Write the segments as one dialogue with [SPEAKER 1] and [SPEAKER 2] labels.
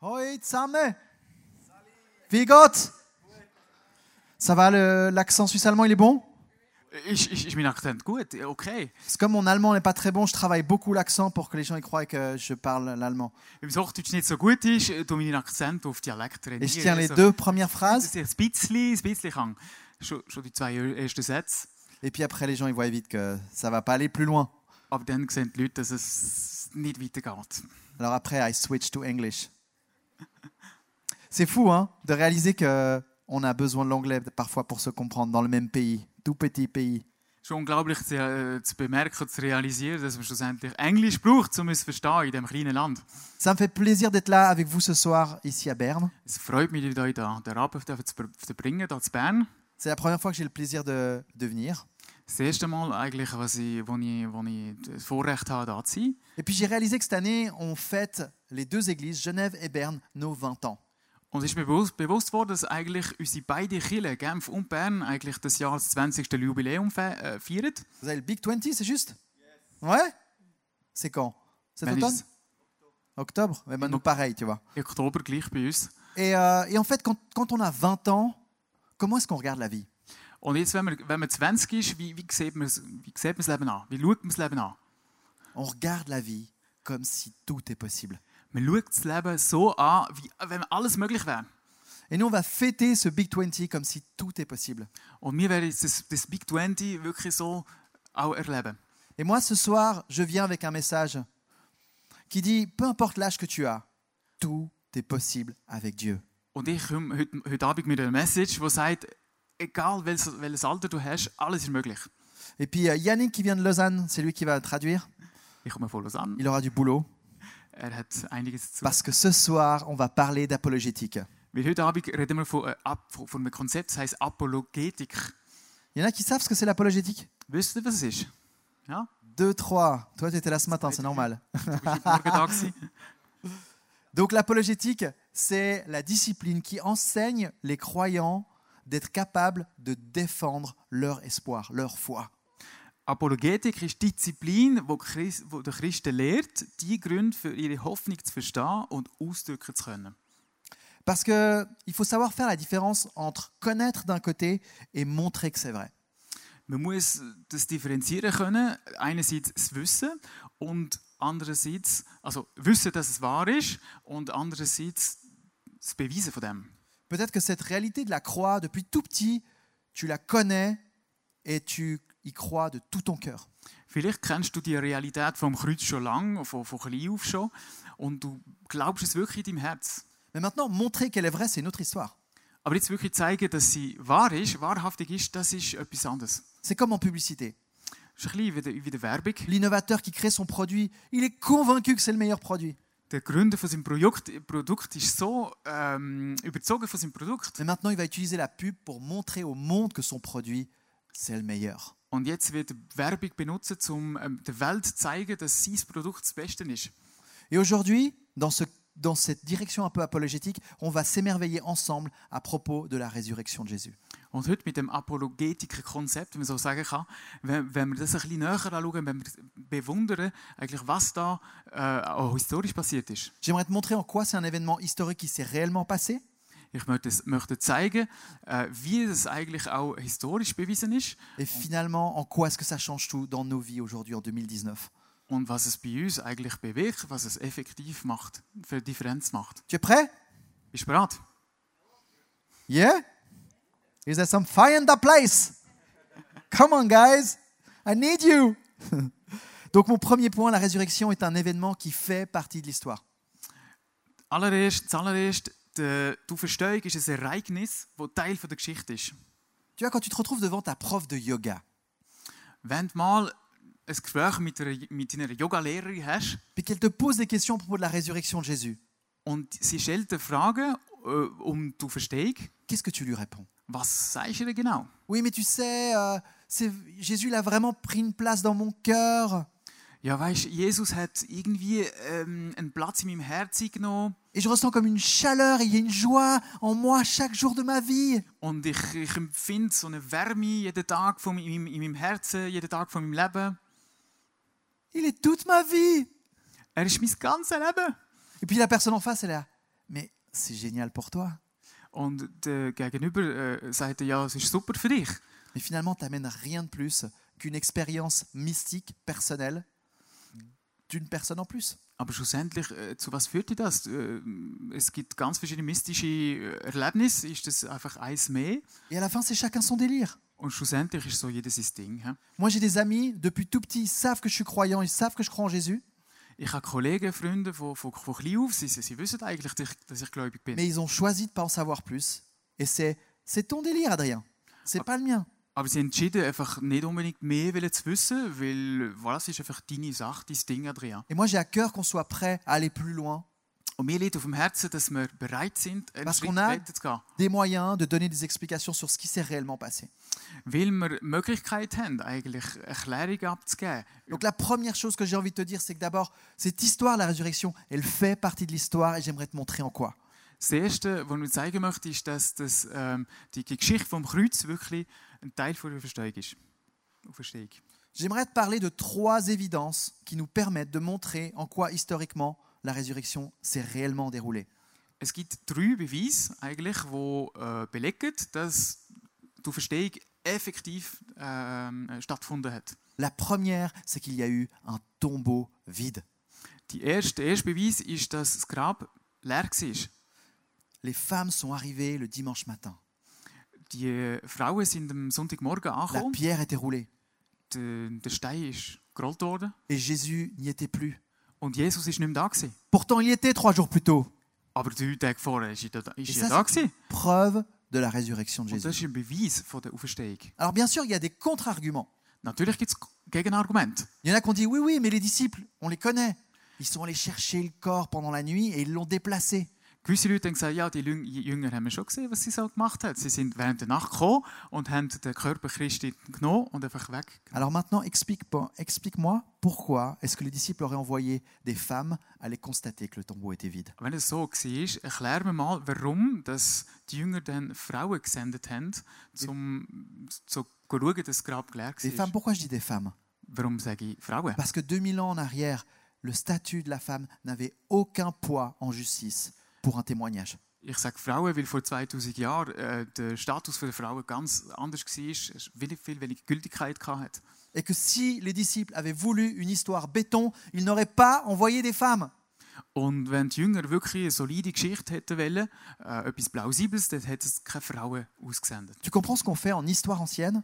[SPEAKER 1] Hoi zusammen! Wie geht's? Ça va, le- l'accent suisse-allemand, il est bon?
[SPEAKER 2] Ist, ist, ist mein Akzent gut? Ja, Okay.
[SPEAKER 1] Parce que comme mon allemand n'est pas très bon, je travaille beaucoup l'accent pour que les gens y croient que je parle l'allemand.
[SPEAKER 2] Wenn das Hochdeutsch nicht so gut ist, äh, tue ich meinen Akzent auf Dialekt trainieren.
[SPEAKER 1] Et je tiens les
[SPEAKER 2] Also,
[SPEAKER 1] deux premières
[SPEAKER 2] dass
[SPEAKER 1] phrases,
[SPEAKER 2] ich ein bisschen, ein bisschen kann. Schon, schon die zwei ersten Sätze.
[SPEAKER 1] et puis après, les gens ils voient vite que ça va pas aller plus loin.
[SPEAKER 2] Aber dann sehen die Leute, dass es nicht weitergeht.
[SPEAKER 1] Alors après, I switch to English. C'est fou, hein, de réaliser que on a besoin de l'anglais parfois pour se comprendre dans le même pays, tout petit pays.
[SPEAKER 2] Schon unglaublich zu, äh, zu bemerken, zu realisieren, dass man schlussendlich Englisch braucht, um es zu verstehen in diesem kleinen Land.
[SPEAKER 1] Ça me fait plaisir d'être là avec vous ce soir ici à Berne.
[SPEAKER 2] Es freut mich, dass ich euch den Abend dürfen zu ver- zu bringen hier zu Bern.
[SPEAKER 1] C'est la première fois que j'ai le plaisir de, de venir.
[SPEAKER 2] Das erste Mal, eigentlich, was ich, wo, ich, wo ich das Vorrecht habe, hier zu sein.
[SPEAKER 1] Et puis j'ai réalisé que cette année, on fête les deux églises, Genève et Berne, nos 20 ans.
[SPEAKER 2] Und es ist mir bewusst, bewusst worden, dass eigentlich unsere beiden Kirchen, Genf und Bern, eigentlich das Jahr das 20. Jubiläum fe- äh, feiern.
[SPEAKER 1] Vous avez le Big 20, c'est juste Ouais C'est quand Cet
[SPEAKER 2] Wenn
[SPEAKER 1] automne
[SPEAKER 2] ist
[SPEAKER 1] Octobre Eh ben, nous, pareil, tu vois.
[SPEAKER 2] im Oktober gleich bei uns.
[SPEAKER 1] Et, euh, et en fait, quand, quand on a 20 ans, comment est-ce qu'on regarde la vie
[SPEAKER 2] Und jetzt, wenn man, wenn man 20 ist, wie, wie, sieht man, wie sieht man das Leben an? Wie schaut man das Leben an?
[SPEAKER 1] On regarde la vie comme si tout est possible.
[SPEAKER 2] Man schaut das Leben so an, wie wenn alles möglich wäre.
[SPEAKER 1] Et nous, on va fêter ce Big 20 comme si tout est possible.
[SPEAKER 2] Und wir werden jetzt das, das Big 20 wirklich so auch erleben.
[SPEAKER 1] Et moi, ce soir, je viens avec un message qui dit, peu importe l'âge que tu as, tout est possible avec Dieu.
[SPEAKER 2] Und ich komme heute, heute Abend mit einer Message, die sagt, egal welches, welches Alter du hast, alles ist möglich.
[SPEAKER 1] Et puis euh, Yannick qui vient de Lausanne, c'est lui qui va traduire.
[SPEAKER 2] Ich komme voll an.
[SPEAKER 1] Il aura du boulot
[SPEAKER 2] Er hat einiges zu
[SPEAKER 1] parce que ce soir, on va parler d'apologétique.
[SPEAKER 2] Weil heute Abend reden wir von, äh, ab, von, von einem Konzept, das heißt Apologetik.
[SPEAKER 1] Il y en a qui savent ce que c'est l'apologétique
[SPEAKER 2] Wisst ihr, was es ist? Ja?
[SPEAKER 1] 2, 3. Toi, tu étais là ce matin, c'est normal.
[SPEAKER 2] Du bist heute Morgen da gewesen.
[SPEAKER 1] Donc l'apologétique, c'est la discipline qui enseigne les croyants d'être capables de défendre leur espoir, leur foi.
[SPEAKER 2] Apologetik ist die Disziplin, wo, Christ, wo der Christen lehrt, die Gründe für ihre Hoffnung zu verstehen und ausdrücken zu können.
[SPEAKER 1] Parce que il faut savoir faire la différence entre connaître d'un côté et montrer que c'est vrai.
[SPEAKER 2] Man muss das differenzieren können, einerseits das Wissen und andererseits, also wissen, dass es wahr ist und andererseits das Beweisen von dem.
[SPEAKER 1] Peut-être que cette réalité de la croix, depuis tout petit, tu la connais et tu y crois de tout ton cœur.
[SPEAKER 2] Vielleicht kennst du die Realität vom Kreuz schon lange, von, von klein auf schon, und du glaubst es wirklich in deinem Herz.
[SPEAKER 1] Mais maintenant, montrer qu'elle est vraie, c'est une autre histoire.
[SPEAKER 2] Aber jetzt wirklich zeigen, dass sie wahr ist, wahrhaftig ist, das ist etwas anderes.
[SPEAKER 1] C'est comme en publicité.
[SPEAKER 2] Das ist ein bisschen wie der- wie der Werbung.
[SPEAKER 1] L'innovateur qui crée son produit, il est convaincu que c'est le meilleur produit.
[SPEAKER 2] Der Gründer von seinem Projekt, Produkt ist so ähm, überzogen von seinem Produkt.
[SPEAKER 1] Mais maintenant, il va utiliser la pub pour montrer au monde que son produit, c'est le meilleur.
[SPEAKER 2] Und jetzt wird er Werbung benutzen, um ähm, der Welt zu zeigen, dass sein Produkt das Beste ist.
[SPEAKER 1] Et aujourd'hui, dans, ce- dans cette direction un peu apologétique, on va s'émerveiller ensemble à propos de la résurrection de Jésus.
[SPEAKER 2] Und heute mit dem Apologetiker-Konzept, wenn man so sagen kann, wenn, wenn wir das ein bisschen näher anschauen, wenn wir bewundern, eigentlich, was da äh, auch historisch passiert ist.
[SPEAKER 1] J'aimerais te montrer en quoi c'est un événement historique qui s'est réellement passé
[SPEAKER 2] Ich möchte, es- möchte zeigen, äh, wie das eigentlich auch historisch bewiesen ist
[SPEAKER 1] et finalement en quoi est-ce que ça change tout dans nos vies aujourd'hui en 2019.
[SPEAKER 2] und was es bei uns eigentlich bewirkt, was es effektiv macht, für eine Differenz macht.
[SPEAKER 1] Tu es prêt
[SPEAKER 2] Bist du bereit?
[SPEAKER 1] Yeah? Is there some fire in the place? Come on, guys. I need you. Donc, mon premier point, la résurrection est un événement qui fait partie de l'histoire.
[SPEAKER 2] Allererst, zuallererst, die, die Auferstehung ist ein Ereignis, das Teil von der Geschichte ist.
[SPEAKER 1] Tu vois, quand tu te retrouves devant ta prof de yoga,
[SPEAKER 2] Wenn du mal ein Gespräch mit, einer, mit deiner Yoga-Lehrerin hast,
[SPEAKER 1] puis qu'elle te pose des questions à propos de la résurrection de Jésus,
[SPEAKER 2] Und sie stellt die Frage äh, um die Auferstehung.
[SPEAKER 1] qu'est-ce que tu lui réponds
[SPEAKER 2] Was sagst du denn genau?
[SPEAKER 1] Oui, mais tu sais, euh, c'est- Jésus, il a vraiment pris une place dans mon cœur.
[SPEAKER 2] Ja, weißt Jesus hat irgendwie ähm, einen Platz in meinem Herzen genommen
[SPEAKER 1] Et je ressens comme une chaleur et il y a une joie en moi chaque jour de ma vie.
[SPEAKER 2] und ich, ich empfinde so eine Wärme jeden Tag von meinem, in meinem Herzen, jeden Tag von meinem Leben.
[SPEAKER 1] Il est toute ma vie.
[SPEAKER 2] Er ist mein ganzes Leben.
[SPEAKER 1] Et puis la personne en face, elle est là. mais c'est génial pour toi.
[SPEAKER 2] Und der Gegenüber äh, sagte, ja, es ist super für dich.
[SPEAKER 1] Mais finalement, tu n'amènes rien de plus qu'une expérience mystique, personnelle, d'une personne en plus.
[SPEAKER 2] Aber schlussendlich, äh, zu was führte das? Äh, es gibt ganz verschiedene mystische äh, Erlebnisse, ist das einfach eins mehr?
[SPEAKER 1] Et à la fin, c'est chacun son délire.
[SPEAKER 2] Und schlussendlich ist so jedes sein Ding. hä?
[SPEAKER 1] Moi, j'ai des amis, depuis tout petit, ils savent que je suis croyant, ils savent que je crois en Jésus,
[SPEAKER 2] Ich habe Kollegen, Freunde von, von, von klein auf, sie, sie sie wissen eigentlich, dass ich, dass ich gläubig bin.
[SPEAKER 1] mais ils ont choisi de ne pas en savoir plus. Et c'est c'est ton délire, Adrien. C'est pas le mien.
[SPEAKER 2] Aber sie haben entschieden, einfach nicht unbedingt mehr wollen zu wissen, weil voilà, es ist einfach deine Sache, dein Ding, Adrian.
[SPEAKER 1] Et moi, j'ai à cœur qu'on soit prêt à aller plus loin,
[SPEAKER 2] Und mir liegt auf dem Herzen, dass wir bereit sind, einen
[SPEAKER 1] Was
[SPEAKER 2] Schritt
[SPEAKER 1] Ronald-
[SPEAKER 2] weiter zu gehen.
[SPEAKER 1] des moyens de donner des explications sur ce qui s'est réellement passé.
[SPEAKER 2] Weil wir die Möglichkeit haben, eigentlich Erklärungen abzugeben.
[SPEAKER 1] Donc la première chose que j'ai envie de te dire, c'est que d'abord, cette histoire de la résurrection, elle fait partie de l'histoire et j'aimerais te montrer en quoi.
[SPEAKER 2] Das Erste, was ich dir zeigen möchte, ist, dass das, ähm, die Geschichte vom Kreuz wirklich ein Teil von der Verstehung ist. Verstehung.
[SPEAKER 1] J'aimerais te parler de trois évidences qui nous permettent de montrer en quoi historiquement la résurrection s'est réellement déroulée.
[SPEAKER 2] Es gibt drei Beweise, eigentlich, die äh, belegen, dass die Verstehung effektiv ähm, stattgefunden hat.
[SPEAKER 1] La première, c'est qu'il y a eu un tombeau vide.
[SPEAKER 2] Die erste, der erste Beweis ist, dass das Grab leer war.
[SPEAKER 1] Les femmes sont arrivées le dimanche matin.
[SPEAKER 2] Die äh, Frauen sind am Sonntagmorgen
[SPEAKER 1] La
[SPEAKER 2] angekommen,
[SPEAKER 1] pierre était roulée
[SPEAKER 2] der, der Stein ist gerollt worden
[SPEAKER 1] et Jésus n'y était plus.
[SPEAKER 2] und Jesus ist nicht mehr da. Gewesen.
[SPEAKER 1] Pourtant, il y était trois jours plus tôt.
[SPEAKER 2] Aber drei Tage vorher ist er da. Ist
[SPEAKER 1] Ist
[SPEAKER 2] er
[SPEAKER 1] das-
[SPEAKER 2] da gewesen.
[SPEAKER 1] Preuve de la résurrection de
[SPEAKER 2] und das
[SPEAKER 1] Jésus.
[SPEAKER 2] ist ein Beweis von der Auferstehung.
[SPEAKER 1] Alors bien sûr, il y a des contre-arguments.
[SPEAKER 2] Natürlich gibt es Gegenargumente.
[SPEAKER 1] Il y en a qui ont dit oui, oui, mais les disciples, on les connaît. Ils sont allés chercher le corps pendant la nuit et ils l'ont déplacé.
[SPEAKER 2] Gewisse Leute haben gesagt, ja, die Lüng- Jünger haben schon gesehen, was sie so gemacht haben. Sie sind während der Nacht gekommen und haben den Körper Christi genommen und einfach weg.
[SPEAKER 1] Alors maintenant, explique- explique-moi pourquoi est-ce que les disciples auraient envoyé des femmes aller constater que le tombeau était vide.
[SPEAKER 2] Wenn es so war, erklär mir mal, warum dass die Jünger dann Frauen gesendet haben, um zu schauen, dass das Grab leer
[SPEAKER 1] Des femmes,
[SPEAKER 2] war.
[SPEAKER 1] pourquoi je dis des femmes
[SPEAKER 2] Warum sage ich Frauen?
[SPEAKER 1] Parce que 2000 ans en arrière, le statut de la femme n'avait aucun poids en justice pour un témoignage.
[SPEAKER 2] Ich sage Frauen, weil vor 2000 Jahren äh, der Status der Frauen ganz anders war, es viel, viel weniger Gültigkeit hatte.
[SPEAKER 1] Et que si les disciples avaient voulu une histoire béton, ils n'auraient pas envoyé des femmes.
[SPEAKER 2] Und wenn die Jünger wirklich eine solide Geschichte hätten wollen, äh, etwas Plausibles, dann hätten es keine Frauen ausgesendet.
[SPEAKER 1] Tu comprends ce qu'on fait en histoire ancienne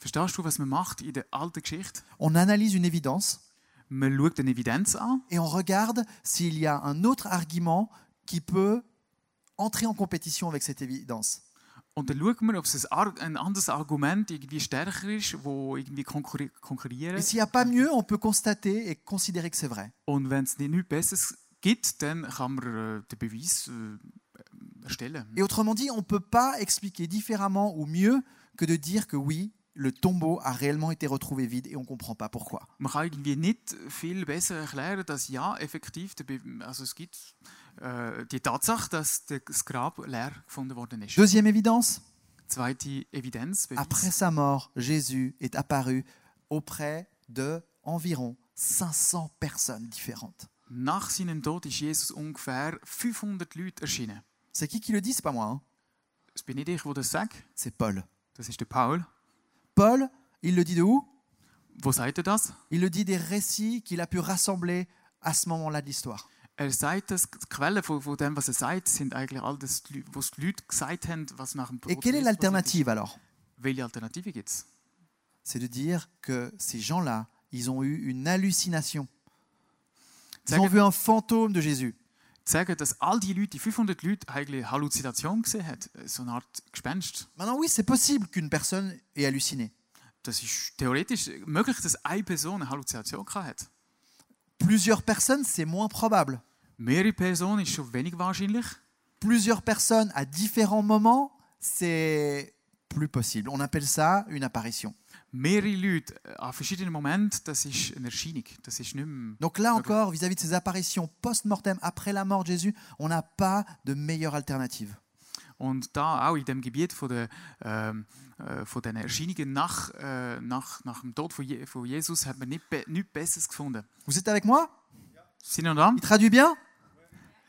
[SPEAKER 2] Verstehst du, was man macht in der alten Geschichte?
[SPEAKER 1] On analyse une évidence
[SPEAKER 2] Man schaut eine Evidenz an
[SPEAKER 1] et on regarde s'il y a un autre argument qui peut entrer en compétition avec cette évidence.
[SPEAKER 2] und dann schaut man, ob es ein, Ar ein anderes Argument irgendwie stärker ist, wo irgendwie konkurri konkurrieren.
[SPEAKER 1] Et s'il n'y a pas mieux, on peut constater et considérer que c'est vrai.
[SPEAKER 2] Und wenn es nicht nichts Besseres gibt, dann kann man äh, den Beweis äh, erstellen.
[SPEAKER 1] Et autrement dit, on ne peut pas expliquer différemment ou mieux que de dire que oui, le tombeau a réellement été retrouvé vide et on ne comprend pas pourquoi.
[SPEAKER 2] Man kann irgendwie nicht viel besser erklären, dass ja, effektiv, der Be also es gibt äh, die Tatsache, dass der- das Grab leer gefunden worden ist.
[SPEAKER 1] Deuxième évidence,
[SPEAKER 2] Zweite Evidenz, Beweis.
[SPEAKER 1] après sa mort, Jésus est apparu auprès de environ 500 personnes différentes.
[SPEAKER 2] Nach seinem Tod ist Jesus ungefähr 500 Leute erschienen.
[SPEAKER 1] C'est qui qui le dit C'est pas moi, hein
[SPEAKER 2] Das bin nicht ich, der das sagt.
[SPEAKER 1] c'est Paul.
[SPEAKER 2] Das ist der Paul.
[SPEAKER 1] Paul, il le dit de où
[SPEAKER 2] Wo sagt er das?
[SPEAKER 1] Il le dit des récits qu'il a pu rassembler à ce moment-là de l'histoire.
[SPEAKER 2] Er sagt das, die Quellen von, von dem, was er sagt, sind eigentlich all das, Lü- was die Leute gesagt haben, was nach dem
[SPEAKER 1] Et
[SPEAKER 2] Tod
[SPEAKER 1] quelle est
[SPEAKER 2] Jesu passiert
[SPEAKER 1] l'alternative alors
[SPEAKER 2] ist. Welche Alternative gibt es?
[SPEAKER 1] C'est de dire que ces gens-là, ils ont eu une hallucination. Ils
[SPEAKER 2] Sagen-
[SPEAKER 1] ont vu un fantôme de Jésus.
[SPEAKER 2] Sagen, dass all die Leute, die 500 Leute, eigentlich Halluzination gesehen haben. So eine Art Gespenst.
[SPEAKER 1] Maintenant, oui, c'est possible qu'une personne ait halluciné.
[SPEAKER 2] Das ist theoretisch möglich, dass eine Person eine Halluzination hatte.
[SPEAKER 1] Plusieurs personnes, c'est moins probable.
[SPEAKER 2] Mehrere Personen ist schon wenig wahrscheinlich.
[SPEAKER 1] Plusieurs personnes à différents moments, c'est plus possible. On appelle ça une apparition.
[SPEAKER 2] mehrere Leute äh, an verschiedenen Momenten, das ist eine Erscheinung. Das ist nicht mehr
[SPEAKER 1] Donc là encore, vis-à-vis de ces apparitions post-mortem, après la mort de Jésus, on n'a pas de meilleure alternative.
[SPEAKER 2] und da auch in dem Gebiet von der ähm, äh, von den Erscheinungen nach, äh, nach, nach dem Tod von, Je von Jesus hat man nicht be nichts Besseres gefunden.
[SPEAKER 1] Vous êtes avec moi
[SPEAKER 2] Sind wir noch da?
[SPEAKER 1] Il traduit bien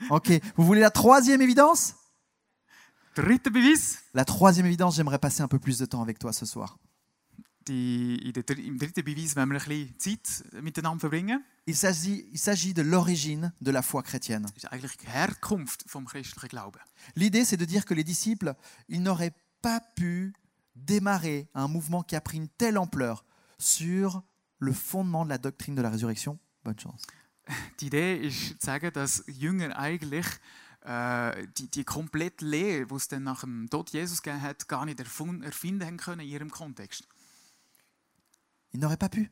[SPEAKER 1] Ok. Vous voulez la troisième évidence
[SPEAKER 2] Dritter Beweis.
[SPEAKER 1] La troisième évidence, j'aimerais passer un peu plus de temps avec toi ce soir.
[SPEAKER 2] Die, in der, dr- Im dritten Beweis wollen wir ein bisschen Zeit miteinander verbringen.
[SPEAKER 1] Il s'agit, il s'agit de l'origine de la foi chrétienne.
[SPEAKER 2] Das ist eigentlich die Herkunft vom christlichen Glauben.
[SPEAKER 1] L'idée, c'est de dire que les disciples, ils n'auraient pas pu démarrer un mouvement qui a pris une telle ampleur sur le fondement de la doctrine de la résurrection. Bonne chance.
[SPEAKER 2] Die Idee ist zu sagen, dass Jünger eigentlich äh, die, die komplette Lehre, die es dann nach dem Tod Jesus gegeben hat, gar nicht erfun- erfinden haben können in ihrem Kontext.
[SPEAKER 1] Ils n'auraient pas pu.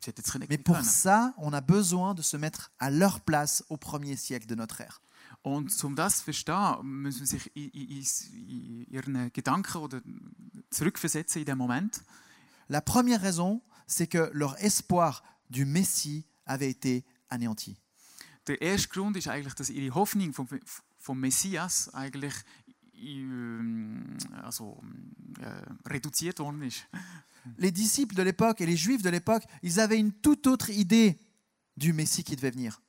[SPEAKER 2] Sie hätten es können.
[SPEAKER 1] Mais pour ça, on a besoin de se mettre à leur place au premier siècle de notre ère.
[SPEAKER 2] Und um das zu verstehen, müssen wir sich in, in, in, in ihren Gedanken oder zurückversetzen in dem Moment.
[SPEAKER 1] La première raison, c'est que leur espoir du Messie avait été anéanti.
[SPEAKER 2] Der erste Grund ist eigentlich, dass ihre Hoffnung vom, vom Messias eigentlich ähm, also, äh, reduziert worden ist.
[SPEAKER 1] Les disciples de l'époque et les juifs de l'époque, ils avaient une toute autre idée du Messie qui devait venir.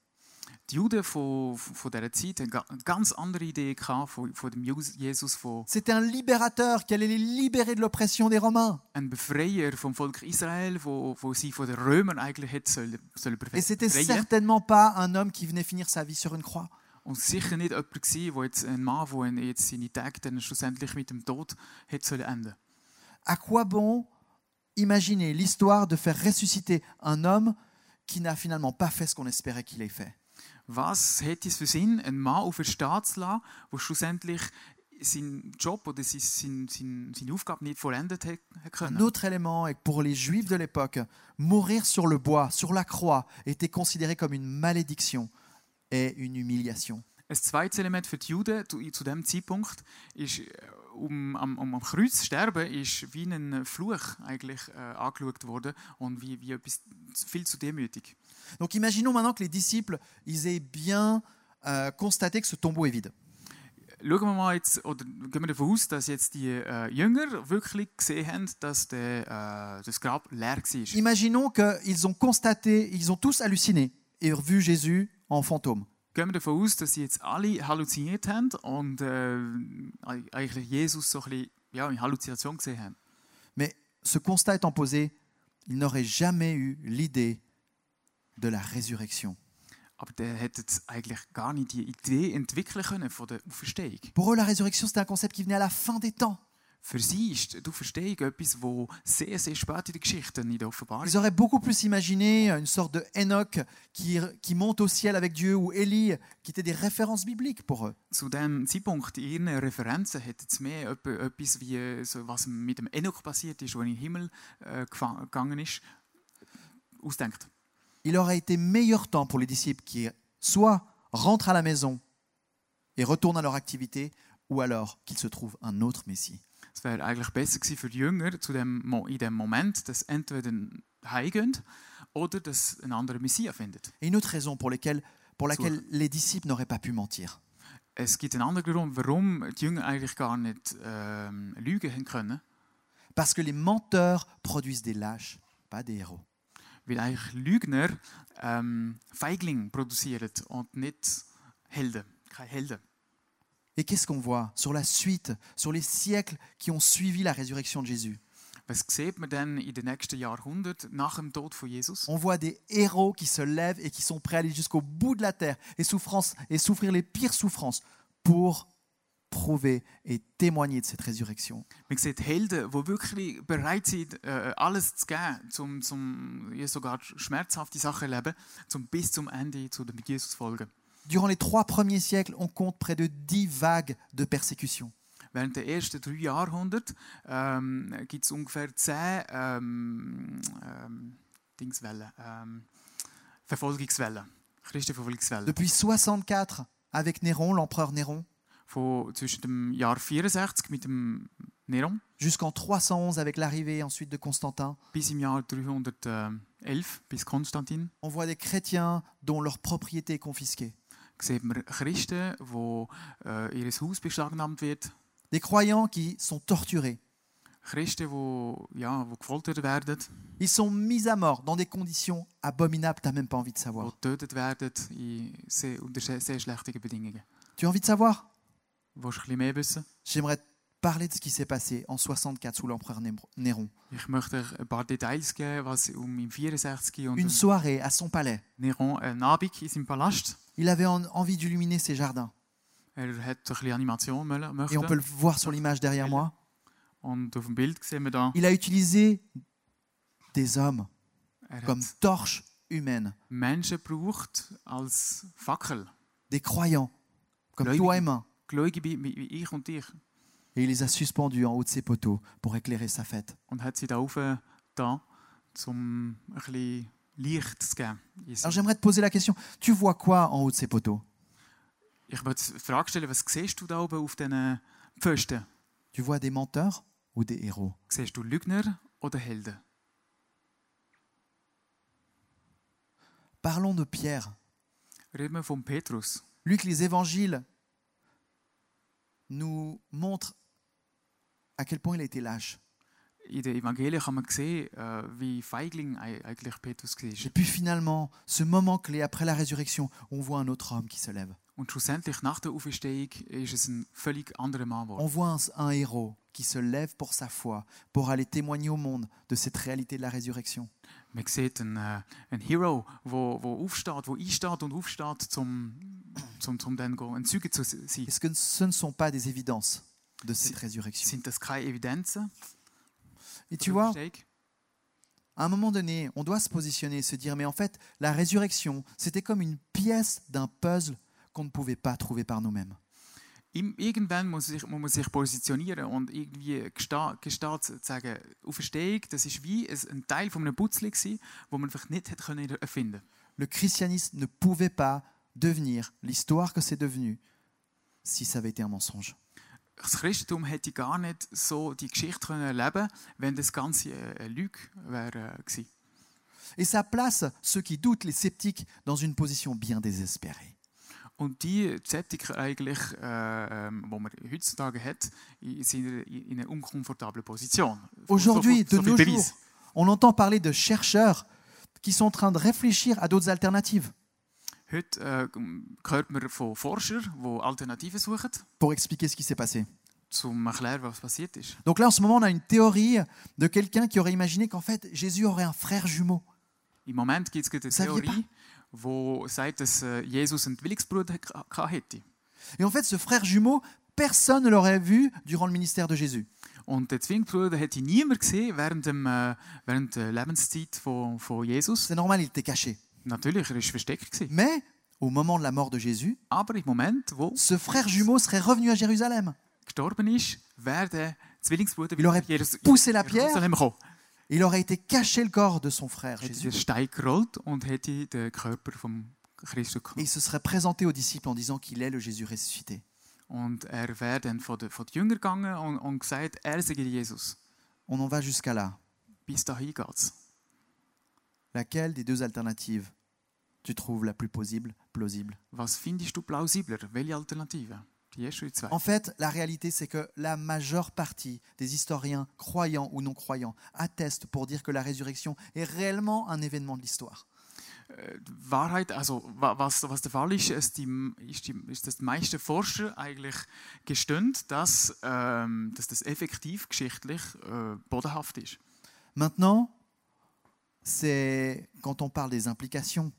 [SPEAKER 2] Die Juden von, von dieser Zeit hatten ga- ganz andere Ideen gehabt von, von dem Jus- Jesus, von
[SPEAKER 1] C'était un libérateur qui allait les libérer de l'oppression des Romains.
[SPEAKER 2] einem Befreier vom Volk Israel, wo, wo sie von den Römern eigentlich hätte sollen, sollen
[SPEAKER 1] Et c'était
[SPEAKER 2] befreien.
[SPEAKER 1] certainement pas un homme qui venait finir sa vie sur une croix.
[SPEAKER 2] Und sicher nicht jemand gewesen, wo jetzt ein Mann, der jetzt seine Tage dann schlussendlich mit dem Tod hätte sollen enden.
[SPEAKER 1] À quoi bon imaginer l'histoire de faire ressusciter un homme qui n'a finalement pas fait ce qu'on espérait qu'il ait fait
[SPEAKER 2] Was hätte es für Sinn, einen Mann auferstehen zu lassen, der schlussendlich seinen Job oder sein, sein, sein, seine Aufgabe nicht vollendet hätte
[SPEAKER 1] Un
[SPEAKER 2] können?
[SPEAKER 1] autre élément est que pour les juifs de l'époque, mourir sur le bois, sur la croix, était considéré comme une malédiction et une humiliation.
[SPEAKER 2] Ein zweites Element für die Juden zu, zu diesem Zeitpunkt ist, äh, um, am, um am Kreuz zu sterben, ist wie ein Fluch eigentlich äh, angeschaut worden und wie, wie etwas zu- viel zu demütig.
[SPEAKER 1] Donc imaginons maintenant que les disciples, ils aient bien euh, constaté que ce tombeau est vide.
[SPEAKER 2] Schauen wir mal jetzt, oder gehen wir davon aus, dass jetzt die äh, Jünger wirklich gesehen haben, dass der, äh, das Grab leer war.
[SPEAKER 1] Imaginons qu'ils ont constaté, ils ont tous halluciné et vu Jésus en fantôme.
[SPEAKER 2] Gehen wir davon aus, dass sie jetzt alle halluziniert haben und äh, eigentlich Jesus so ein bisschen ja, in Halluzination gesehen haben.
[SPEAKER 1] Mais ce constat étant posé, ils n'auraient jamais eu l'idée de la résurrection.
[SPEAKER 2] Aber der hätte jetzt eigentlich gar nicht die Idee entwickeln können von der Auferstehung.
[SPEAKER 1] Pour eux, la résurrection, c'était un concept qui venait à la fin des temps.
[SPEAKER 2] Für sie ist die Auferstehung etwas, wo sehr, sehr spät in der Geschichte in der Offenbarung
[SPEAKER 1] Ils auraient beaucoup plus imaginé une sorte de Enoch qui, qui monte au ciel avec Dieu ou Élie, qui étaient des références bibliques pour eux.
[SPEAKER 2] Zu diesem Zeitpunkt in ihren Referenzen hat jetzt mehr etwa etwas, wie äh, so, was mit dem Enoch passiert ist, der in den Himmel äh, gefa- gegangen ist, ausdenkt.
[SPEAKER 1] Il aurait été meilleur temps pour les disciples qui soit rentrent à la maison et retournent à leur activité, ou alors qu'ils se trouvent un autre Messie.
[SPEAKER 2] Es wäre eigentlich besser gewesen für die Jünger zu dem, Mo- in dem Moment, dass entweder heimgehen oder dass ein anderer Messias findet.
[SPEAKER 1] Et une autre raison pour, lesquelles- pour laquelle les disciples n'auraient pas pu mentir.
[SPEAKER 2] Es gibt einen anderen Grund, warum die Jünger eigentlich gar nicht ähm, lügen haben können,
[SPEAKER 1] Parce que les menteurs produisent des lâches, pas des héros.
[SPEAKER 2] weil eigentlich Lügner ähm, Feigling produzieren und nicht Helden. Keine Helden.
[SPEAKER 1] Et qu'est-ce qu'on voit sur la suite, sur les siècles qui ont suivi la résurrection de Jésus
[SPEAKER 2] Was sieht man dann in den nächsten Jahrhunderten nach dem Tod von Jesus?
[SPEAKER 1] On voit des héros qui se lèvent et qui sont prêts à aller jusqu'au bout de la terre et, souffrance- et souffrir les pires souffrances pour prouver et témoigner de cette résurrection.
[SPEAKER 2] Man sieht Helden, die wirklich bereit sind, äh, alles zu geben, zum, zum, ja, sogar schmerzhafte Sachen erleben, zum bis zum Ende zu dem Jesus zu folgen.
[SPEAKER 1] Durant les trois premiers siècles, on compte près de dix vagues de persécutions.
[SPEAKER 2] Während der ersten drei Jahrhunderte ähm, gibt es ungefähr zehn ähm, ähm, Dingswellen, ähm, Verfolgungswellen, Christenverfolgungswellen.
[SPEAKER 1] Depuis 64, avec Néron, l'empereur Néron,
[SPEAKER 2] Von zwischen dem Jahr 64 mit dem Neron
[SPEAKER 1] jusqu'en 311 avec l'arrivée ensuite de Constantin,
[SPEAKER 2] bis im Jahr 311 bis Konstantin
[SPEAKER 1] on voit des chrétiens dont leur propriété est confisquée,
[SPEAKER 2] sieht man Christen, wo äh, ihr Haus beschlagnahmt wird,
[SPEAKER 1] des croyants qui sont torturés,
[SPEAKER 2] Christen, die ja, wo gefoltert werden,
[SPEAKER 1] Ils sont mis à mort dans des conditions abominables, tu n'as même pas envie de
[SPEAKER 2] die
[SPEAKER 1] savoir.
[SPEAKER 2] getötet werden in sehr, unter sehr, sehr schlechten Bedingungen.
[SPEAKER 1] Tu as envie de savoir
[SPEAKER 2] Willst du ein bisschen mehr wissen?
[SPEAKER 1] J'aimerais te parler de ce qui s'est passé en 64 sous l'empereur Némr- Néron.
[SPEAKER 2] Ich möchte euch ein paar Details geben, was um im 64 und
[SPEAKER 1] Une
[SPEAKER 2] um
[SPEAKER 1] soirée à son palais.
[SPEAKER 2] Neron äh, einen Abend in seinem Palast.
[SPEAKER 1] Il avait en- envie d'illuminer ses jardins.
[SPEAKER 2] Er hat ein bisschen Animation mö-
[SPEAKER 1] Et on peut
[SPEAKER 2] möchten.
[SPEAKER 1] le voir sur l'image derrière moi.
[SPEAKER 2] Und auf dem Bild sehen wir da,
[SPEAKER 1] Il a utilisé des hommes
[SPEAKER 2] er
[SPEAKER 1] comme
[SPEAKER 2] hat
[SPEAKER 1] torches humaines,
[SPEAKER 2] Menschen gebraucht als Fackel.
[SPEAKER 1] des croyants, comme
[SPEAKER 2] Gläubige.
[SPEAKER 1] toi et moi.
[SPEAKER 2] Gläubige wie wie ich und ich.
[SPEAKER 1] Et il les a suspendus en haut de ses poteaux pour éclairer sa fête.
[SPEAKER 2] Und hat sie da rauf, äh, da, um ein bisschen Licht zu geben. in
[SPEAKER 1] Alors
[SPEAKER 2] sie.
[SPEAKER 1] j'aimerais te poser la question, tu vois quoi en haut de ces poteaux
[SPEAKER 2] Ich möchte die Frage stellen, was siehst du da oben auf diesen Pfosten?
[SPEAKER 1] Tu vois des menteurs ou des héros
[SPEAKER 2] Siehst du Lügner oder Helden?
[SPEAKER 1] Parlons de Pierre.
[SPEAKER 2] Reden wir von Petrus.
[SPEAKER 1] Lui que les évangiles nous montrent à quel point il a été lâche.
[SPEAKER 2] In den Evangelien kann man sehen, äh, wie Feigling ei- eigentlich Petrus
[SPEAKER 1] J'ai
[SPEAKER 2] war.
[SPEAKER 1] pu finalement, ce moment clé après la résurrection, on voit un autre homme qui se lève.
[SPEAKER 2] Und schlussendlich nach der Auferstehung ist es ein völlig anderer Mann geworden.
[SPEAKER 1] On voit un, un héros qui se lève pour sa foi, pour aller témoigner au monde de cette réalité de la résurrection.
[SPEAKER 2] Man sieht einen, äh, einen Hero, der wo, wo aufsteht, der einsteht und aufsteht, um zum, zum dann go- ein Zeuge zu se- sein.
[SPEAKER 1] Est-ce que ce ne sont pas des évidences de cette résurrection
[SPEAKER 2] Sind das keine Evidenzen?
[SPEAKER 1] Et
[SPEAKER 2] der
[SPEAKER 1] tu vois,
[SPEAKER 2] Auferstehung?
[SPEAKER 1] à un moment donné, on doit se positionner et se dire, mais en fait, la résurrection, c'était comme une pièce d'un puzzle qu'on ne pouvait pas trouver par nous-mêmes.
[SPEAKER 2] Im- Irgendwann muss, ich, muss man sich positionieren und irgendwie gesta- gestaht zu sagen, Auferstehung, das ist wie es- ein Teil von einem Putzli gsi, wo man vielleicht nicht hätte können erfinden.
[SPEAKER 1] Le christianisme ne pouvait pas devenir l'histoire que c'est devenu si ça avait été un mensonge.
[SPEAKER 2] Das Christentum hätte gar nicht so die Geschichte können erleben, wenn das Ganze äh, eine Lüge wäre äh, gsi.
[SPEAKER 1] Et ça place ceux qui doutent, les sceptiques, dans une position bien désespérée.
[SPEAKER 2] Und die Zeptiker eigentlich, äh, ähm, wo man heutzutage hat, i- sind in- in einer unkomfortablen Position.
[SPEAKER 1] Aujourd'hui,
[SPEAKER 2] So viel-
[SPEAKER 1] de
[SPEAKER 2] so viel
[SPEAKER 1] nos
[SPEAKER 2] Beweis.
[SPEAKER 1] jours, on entend parler de chercheurs qui sont en train de réfléchir à d'autres alternatives
[SPEAKER 2] Heute äh, hört man von Forschern, die Alternativen suchen,
[SPEAKER 1] pour expliquer ce qui s'est passé.
[SPEAKER 2] um zu erklären, was passiert ist.
[SPEAKER 1] Donc là, en ce moment, on a une théorie de quelqu'un qui aurait imaginé qu'en fait, Jésus aurait un frère jumeau.
[SPEAKER 2] Im Moment gibt es gerade
[SPEAKER 1] Sag
[SPEAKER 2] eine
[SPEAKER 1] ich
[SPEAKER 2] Theorie, die sagt, dass äh, Jesus einen Zwillingsbruder ha- gehabt hätte.
[SPEAKER 1] Et en fait, ce frère jumeau, personne ne l'aurait vu durant le ministère de Jésus.
[SPEAKER 2] Und den Zwillingsbruder hätte niemand gesehen während, dem, äh, während der Lebenszeit von, von Jesus.
[SPEAKER 1] C'est normal, il était caché.
[SPEAKER 2] Natürlich, er war versteckt. Gewesen.
[SPEAKER 1] Mais au moment de la mort de Jésus,
[SPEAKER 2] Aber im Moment, wo
[SPEAKER 1] ce frère jumeau serait revenu à Jérusalem.
[SPEAKER 2] gestorben ist, wäre der Zwillingsbruder
[SPEAKER 1] Il aurait
[SPEAKER 2] nach Jerus-
[SPEAKER 1] poussé la pierre.
[SPEAKER 2] Jerusalem gekommen.
[SPEAKER 1] Et Il aurait été caché le corps de son frère
[SPEAKER 2] Hätte
[SPEAKER 1] Jésus.
[SPEAKER 2] den Stein gerollt und hätte den Körper vom Christus
[SPEAKER 1] Et
[SPEAKER 2] genommen.
[SPEAKER 1] il se serait présenté aux disciples en disant qu'il est le Jésus ressuscité.
[SPEAKER 2] Und er wäre dann von den, von den Jüngern gegangen und, und gesagt, er sei Jesus.
[SPEAKER 1] On en va jusqu'à là.
[SPEAKER 2] Bis dahin geht's.
[SPEAKER 1] Laquelle des deux alternatives tu trouves la plus plausible, plausible
[SPEAKER 2] Was findest du plausibler? Welche Alternative? Die erste oder die zweite?
[SPEAKER 1] En fait, la réalité, c'est que la majeure partie des historiens, croyants ou non croyants, attestent pour dire que la résurrection est réellement un événement de l'histoire.
[SPEAKER 2] Äh, die Wahrheit, also wa- was, was der Fall ist, ist, die, ist, die, ist dass die meisten Forscher eigentlich gestehen, dass, ähm, dass das effektiv geschichtlich äh, bodenhaft ist.
[SPEAKER 1] Maintenant, c'est quand on parle des implications,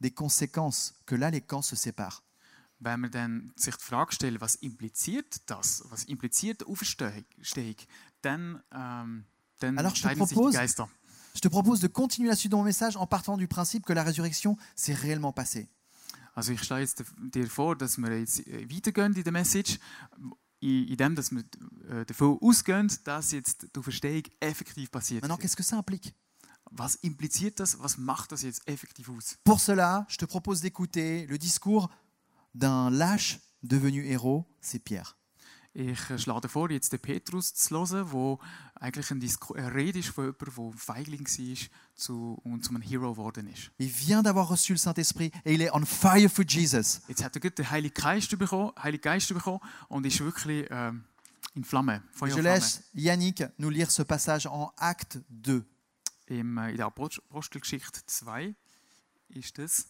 [SPEAKER 1] des conséquences, que là, les camps se séparent.
[SPEAKER 2] Wenn wir dann sich die Frage stellen, was impliziert das, was impliziert die Auferstehung, Stehung, dann, ähm, dann
[SPEAKER 1] Alors, je te
[SPEAKER 2] scheiden sich die
[SPEAKER 1] propose-
[SPEAKER 2] Geister.
[SPEAKER 1] Je te propose de continuer la suite de mon message en partant du principe que la résurrection s'est réellement passée.
[SPEAKER 2] Also ich schlage jetzt dir vor, dass wir jetzt äh, weitergehen in der Message, in, in dem, dass wir äh, davon ausgehen, dass jetzt die Auferstehung effektiv passiert.
[SPEAKER 1] Maintenant,
[SPEAKER 2] ist.
[SPEAKER 1] qu'est-ce que ça implique
[SPEAKER 2] Was impliziert das? Was macht das jetzt effektiv aus?
[SPEAKER 1] Pour cela, je te propose d'écouter le discours d'un lâche devenu héros, c'est Pierre.
[SPEAKER 2] Ich äh, schlage dir vor, jetzt den Petrus zu hören, wo eigentlich ein Disku eine Rede ist von jemandem, der ein Feigling war zu, und zu einem Hero geworden ist.
[SPEAKER 1] Il vient d'avoir reçu le Saint-Esprit et il est on fire for Jesus.
[SPEAKER 2] Jetzt hat er gerade den Heiligen Geist bekommen, Heiligen Geist bekommen und ist wirklich ähm, in Flamme,
[SPEAKER 1] Je
[SPEAKER 2] Feuerflamme.
[SPEAKER 1] laisse Yannick nous lire ce passage en Acte 2.
[SPEAKER 2] Im, äh, in der Apost- Apostelgeschichte 2 ist es.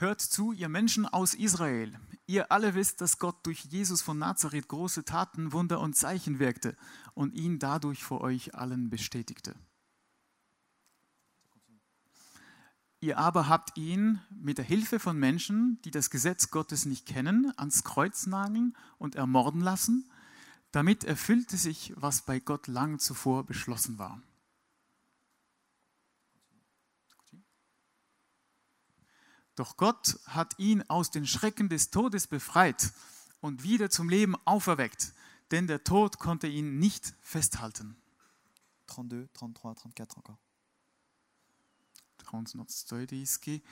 [SPEAKER 2] Hört zu, ihr Menschen aus Israel. Ihr alle wisst, dass Gott durch Jesus von Nazareth große Taten, Wunder und Zeichen wirkte und ihn dadurch vor euch allen bestätigte. Ihr aber habt ihn mit der Hilfe von Menschen, die das Gesetz Gottes nicht kennen, ans Kreuz nageln und ermorden lassen, damit erfüllte sich, was bei Gott lang zuvor beschlossen war. Doch Gott hat ihn aus den Schrecken des Todes befreit und wieder zum Leben auferweckt, denn der Tod konnte ihn nicht festhalten.
[SPEAKER 1] 32, 33, 34 encore.
[SPEAKER 2] 332.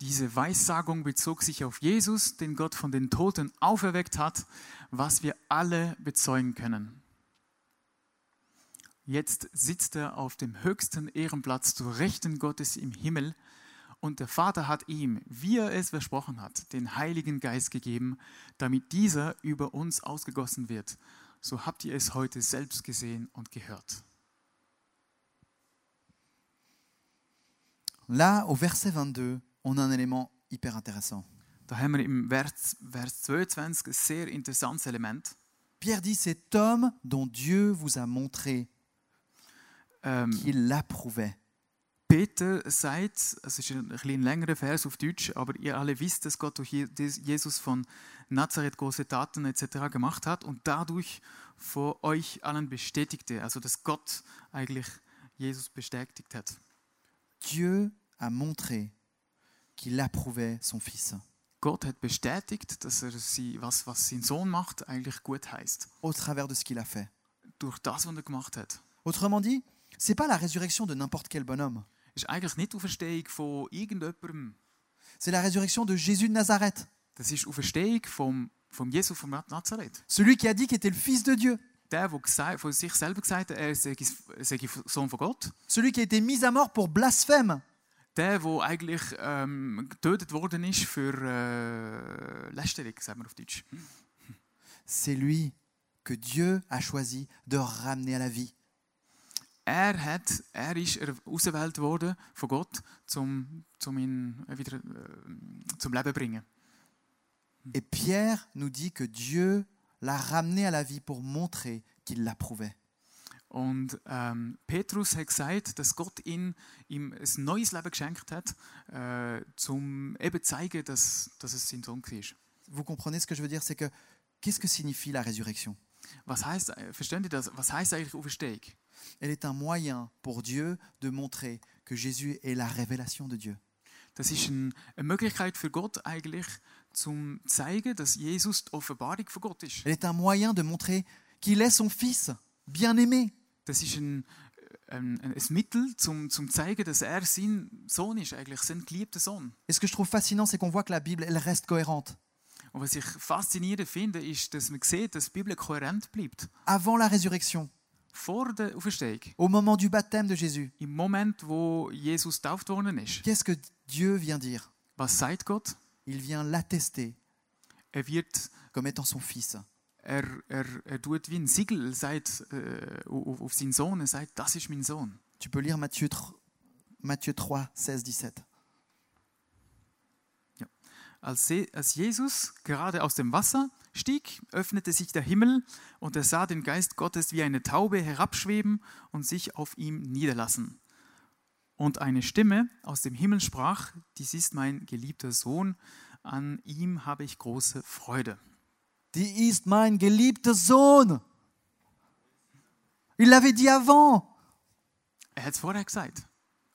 [SPEAKER 2] Diese Weissagung bezog sich auf Jesus, den Gott von den Toten auferweckt hat, was wir alle bezeugen können. Jetzt sitzt er auf dem höchsten Ehrenplatz zur Rechten Gottes im Himmel und der Vater hat ihm, wie er es versprochen hat, den Heiligen Geist gegeben, damit dieser über uns ausgegossen wird. So habt ihr es heute selbst gesehen und gehört.
[SPEAKER 1] Là, au verset 22, on a un élément hyper intéressant.
[SPEAKER 2] Da haben wir im Vers, Vers 22 ein sehr interessantes Element.
[SPEAKER 1] Pierre dit, cet homme dont Dieu vous a montré
[SPEAKER 2] Ähm,
[SPEAKER 1] qu'il l'approuvait.
[SPEAKER 2] Peter sagt, es ist ein bisschen längerer Vers auf Deutsch, aber ihr alle wisst, dass Gott durch Je- des- Jesus von Nazareth große Taten etc. gemacht hat und dadurch vor euch allen bestätigte, also dass Gott eigentlich Jesus bestätigt hat.
[SPEAKER 1] Dieu a montré qu'il approuvait son fils.
[SPEAKER 2] Gott hat bestätigt, dass er sie, was, was sein Sohn macht, eigentlich gut heißt,
[SPEAKER 1] au travers de ce qu'il a fait.
[SPEAKER 2] durch das, was er gemacht hat.
[SPEAKER 1] Autrement dit, c'est pas la résurrection de n'importe quel bonhomme.
[SPEAKER 2] Ist eigentlich nicht die Auferstehung von irgendjemandem.
[SPEAKER 1] C'est la résurrection de Jésus de Nazareth,
[SPEAKER 2] Das ist die Auferstehung vom, vom Jesus von Nazareth.
[SPEAKER 1] celui qui a dit qu'il était le fils de Dieu,
[SPEAKER 2] Der, der gesa- von sich selber gesagt hat, er sei sei Sohn von Gott.
[SPEAKER 1] celui qui a été mis à mort pour blasphème,
[SPEAKER 2] Der, der eigentlich ähm, getötet worden ist für äh, Lästerung, sagen wir auf Deutsch.
[SPEAKER 1] c'est lui que Dieu a choisi de ramener à la vie.
[SPEAKER 2] Er, hat, er ist er- ausgewählt worden von Gott, um zum ihn wieder äh, zum Leben zu bringen.
[SPEAKER 1] Et Pierre nous dit que Dieu l'a ramené à la vie pour montrer qu'il l'approuvait.
[SPEAKER 2] Und ähm, Petrus hat gesagt, dass Gott ihn, ihm ein neues Leben geschenkt hat, äh, um eben zu zeigen, dass, dass es sein Sohn war.
[SPEAKER 1] Vous comprenez ce que je veux dire C'est que qu'est-ce que signifie la résurrection
[SPEAKER 2] Was heißt, äh, versteht ihr das? Was heißt eigentlich Auferstehung?
[SPEAKER 1] Elle est un moyen pour Dieu de montrer que Jésus est la révélation de Dieu.
[SPEAKER 2] Das ist ein, eine Möglichkeit für Gott eigentlich, zum zu zeigen, dass Jesus die Offenbarung von Gott ist.
[SPEAKER 1] Elle est un moyen de montrer qu'il est son fils bien-aimé.
[SPEAKER 2] Das ist ein, äh, ein, ein, ein Mittel, um zu zeigen, dass er sein Sohn ist, eigentlich sein geliebter Sohn.
[SPEAKER 1] Et ce que je trouve fascinant, c'est qu'on voit que la Bible, elle reste cohérente.
[SPEAKER 2] Und was ich faszinierend finde, ist, dass man sieht, dass die Bibel kohärent bleibt.
[SPEAKER 1] Avant la résurrection,
[SPEAKER 2] Vor der Auferstehung,
[SPEAKER 1] au moment du baptême de Jésus,
[SPEAKER 2] im Moment, wo Jesus tauft worden ist,
[SPEAKER 1] qu'est-ce que Dieu vient dire
[SPEAKER 2] was sagt Gott?
[SPEAKER 1] Il vient l'attester
[SPEAKER 2] Er wird,
[SPEAKER 1] comme étant son fils.
[SPEAKER 2] er, er, er tut wie ein Siegel sagt, äh, auf, auf seinen Sohn, er sagt, das ist mein Sohn.
[SPEAKER 1] Tu peux lire Matthieu, tr- Matthieu 3, 16, 17.
[SPEAKER 2] Als, Se- als Jesus gerade aus dem Wasser stieg, öffnete sich der Himmel und er sah den Geist Gottes wie eine Taube herabschweben und sich auf ihm niederlassen. Und eine Stimme aus dem Himmel sprach, dies ist mein geliebter Sohn, an ihm habe ich große Freude.
[SPEAKER 1] Die ist mein geliebter Sohn Il l'avait dit avant
[SPEAKER 2] Er hat es vorher gesagt,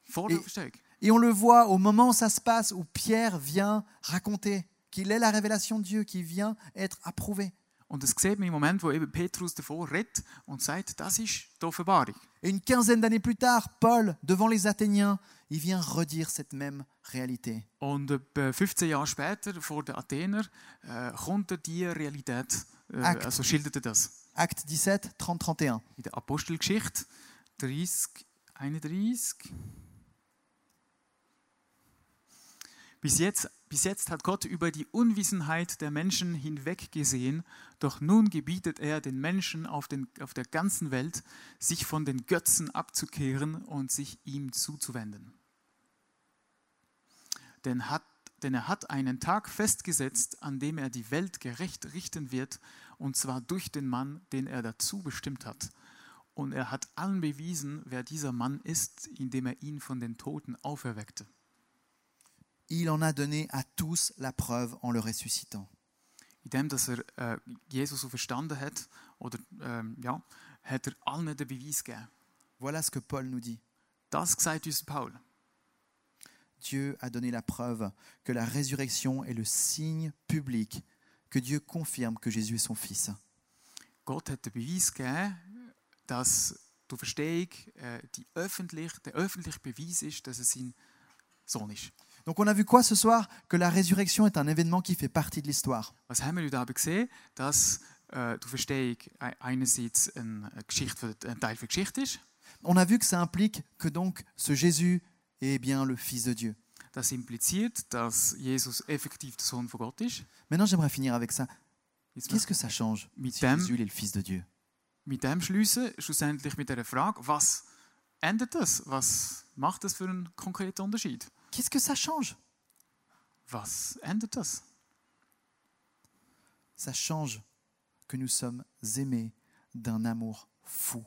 [SPEAKER 2] vor
[SPEAKER 1] I-
[SPEAKER 2] der Verstehung.
[SPEAKER 1] Et on le voit au moment où ça se passe, où Pierre vient raconter qu'il est la révélation de Dieu, qui vient être approuvé.
[SPEAKER 2] Und das sieht man im Moment, wo eben Petrus davor redet und sagt, das ist die Offenbarung.
[SPEAKER 1] Et une quinzaine d'années plus tard, Paul, devant les Athéniens, il vient redire cette même réalité.
[SPEAKER 2] Und etwa 15 Jahre später, vor den Athener, äh, kommt er die Realität, äh,
[SPEAKER 1] Akt.
[SPEAKER 2] also schildert er das
[SPEAKER 1] Acte 17, 30, 31.
[SPEAKER 2] in der Apostelgeschichte 30, 31. Bis jetzt, Bis jetzt hat Gott über die Unwissenheit der Menschen hinweggesehen, doch nun gebietet er den Menschen auf, den, auf der ganzen Welt, sich von den Götzen abzukehren und sich ihm zuzuwenden. Denn, hat, denn er hat einen Tag festgesetzt, an dem er die Welt gerecht richten wird, und zwar durch den Mann, den er dazu bestimmt hat. Und er hat allen bewiesen, wer dieser Mann ist, indem er ihn von den Toten auferweckte.
[SPEAKER 1] Il en a donné à tous la preuve en le ressuscitant.
[SPEAKER 2] Indem dass er äh, Jesus so verstanden hat, oder ähm, ja, hat er allen den Beweis gegeben.
[SPEAKER 1] Voilà ce que Paul nous dit.
[SPEAKER 2] Das sagt uns Paul.
[SPEAKER 1] Dieu a donné la preuve que la résurrection est le signe public que Dieu confirme que Jésus est son Fils.
[SPEAKER 2] Gott hat den Beweis gegeben, dass die Verstehung äh, die öffentlich, der öffentliche Beweis ist, dass er sein Sohn ist.
[SPEAKER 1] Donc on a vu quoi ce soir Que la résurrection est un événement qui fait partie de l'histoire.
[SPEAKER 2] Was haben wir heute Abend gesehen? Dass äh, die Verstehung ei- einerseits ein, eine Geschichte für, ein Teil der Geschichte ist,
[SPEAKER 1] On a vu que ça implique que donc ce Jésus est bien le Fils de Dieu.
[SPEAKER 2] das impliziert, dass Jesus effektiv der Sohn von Gott ist.
[SPEAKER 1] Maintenant j'aimerais finir avec ça.
[SPEAKER 2] Jetzt
[SPEAKER 1] Qu'est-ce que ça change
[SPEAKER 2] mit,
[SPEAKER 1] si
[SPEAKER 2] dem,
[SPEAKER 1] Jésus il est le Fils de Dieu
[SPEAKER 2] mit dem schliessen, schlussendlich mit der Frage, was ändert das? Was macht das für einen konkreten Unterschied?
[SPEAKER 1] Qu'est-ce que ça change
[SPEAKER 2] Was ändert das?
[SPEAKER 1] Ça change que nous sommes aimés d'un amour fou.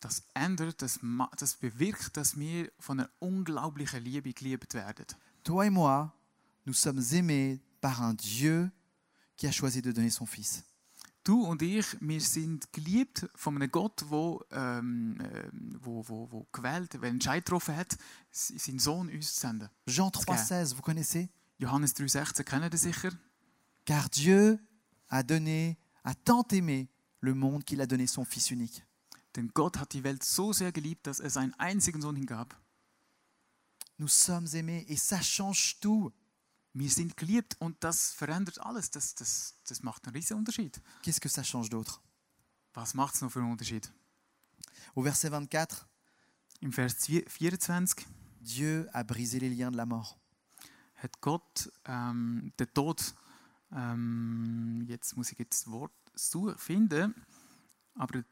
[SPEAKER 2] Das ändert, das, ma- das bewirkt, dass wir von einer unglaublichen Liebe geliebt werden.
[SPEAKER 1] Toi et moi, nous sommes aimés par un Dieu qui a choisi de donner son Fils.
[SPEAKER 2] Du und ich, wir sind geliebt von einem Gott, wo, ähm, ähm, wo, wo, wo gewählt, der einen Entscheid getroffen hat, s- seinen Sohn uns zu senden.
[SPEAKER 1] Jean
[SPEAKER 2] Parce que-
[SPEAKER 1] 3,16, vous connaissez
[SPEAKER 2] Johannes 3,16 kennen ihr sicher.
[SPEAKER 1] Car Dieu a donné, a tant aimé le monde qu'il a donné son Fils unique.
[SPEAKER 2] Denn Gott hat die Welt so sehr geliebt, dass er seinen einzigen Sohn hingab.
[SPEAKER 1] Nous sommes aimés et ça change tout.
[SPEAKER 2] Wir sind geliebt und das verändert alles. Das, das, das macht einen riesen Unterschied.
[SPEAKER 1] Qu'est-ce que ça change d'autre
[SPEAKER 2] Was macht es noch für einen Unterschied?
[SPEAKER 1] Au verset 24,
[SPEAKER 2] Im Vers 24
[SPEAKER 1] Dieu a brisé les liens de la mort.
[SPEAKER 2] hat Gott ähm, den Tod, ähm, jetzt muss ich jetzt das Wort su- finden, aber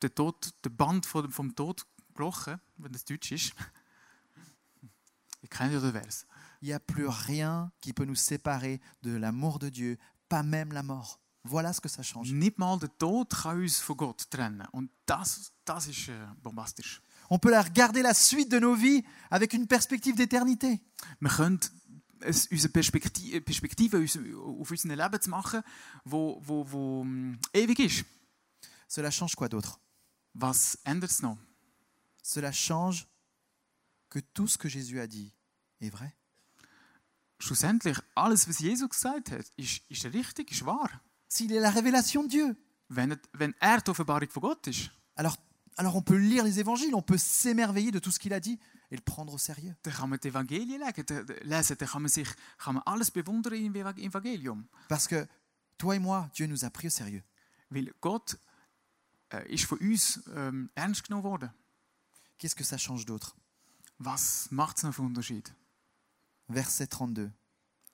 [SPEAKER 2] der Tod, der Band vom, vom Tod gebrochen, wenn das Deutsch ist. Ich kenne ja den Vers.
[SPEAKER 1] Il n'y a plus rien qui peut nous séparer de l'amour de Dieu, pas même la mort. Voilà ce que ça change.
[SPEAKER 2] Nicht mal der Tod kann uns von Gott trennen. Und das, das ist äh, bombastisch.
[SPEAKER 1] On peut la regarder la suite de nos vies avec une perspective d'éternité.
[SPEAKER 2] Wir können es, unsere Perspektive, Perspektive uns- auf unser Leben zu machen, wo, wo, wo mm, ewig ist.
[SPEAKER 1] Cela change quoi d'autre
[SPEAKER 2] Was ändert es noch?
[SPEAKER 1] Cela change que tout ce que Jésus a dit est vrai.
[SPEAKER 2] schlussendlich alles, was Jesus gesagt hat, ist, ist richtig, ist wahr.
[SPEAKER 1] S'il est la révélation de Dieu,
[SPEAKER 2] Wenn, et- wenn er die Offenbarung von Gott ist,
[SPEAKER 1] alors, alors on peut lire les évangiles, on peut s'émerveiller de tout ce qu'il a dit et le prendre au sérieux.
[SPEAKER 2] dann kann man die Evangelien legen, dann- dann lesen, dann kann man, sich, kann man alles bewundern im Eva- Evangelium.
[SPEAKER 1] Parce que toi et moi, Dieu nous a pris au sérieux.
[SPEAKER 2] Weil Gott äh, ist von uns ähm, ernst genommen worden.
[SPEAKER 1] Qu'est-ce que ça change d'autre
[SPEAKER 2] Was macht es noch für einen Unterschied?
[SPEAKER 1] Verset 32.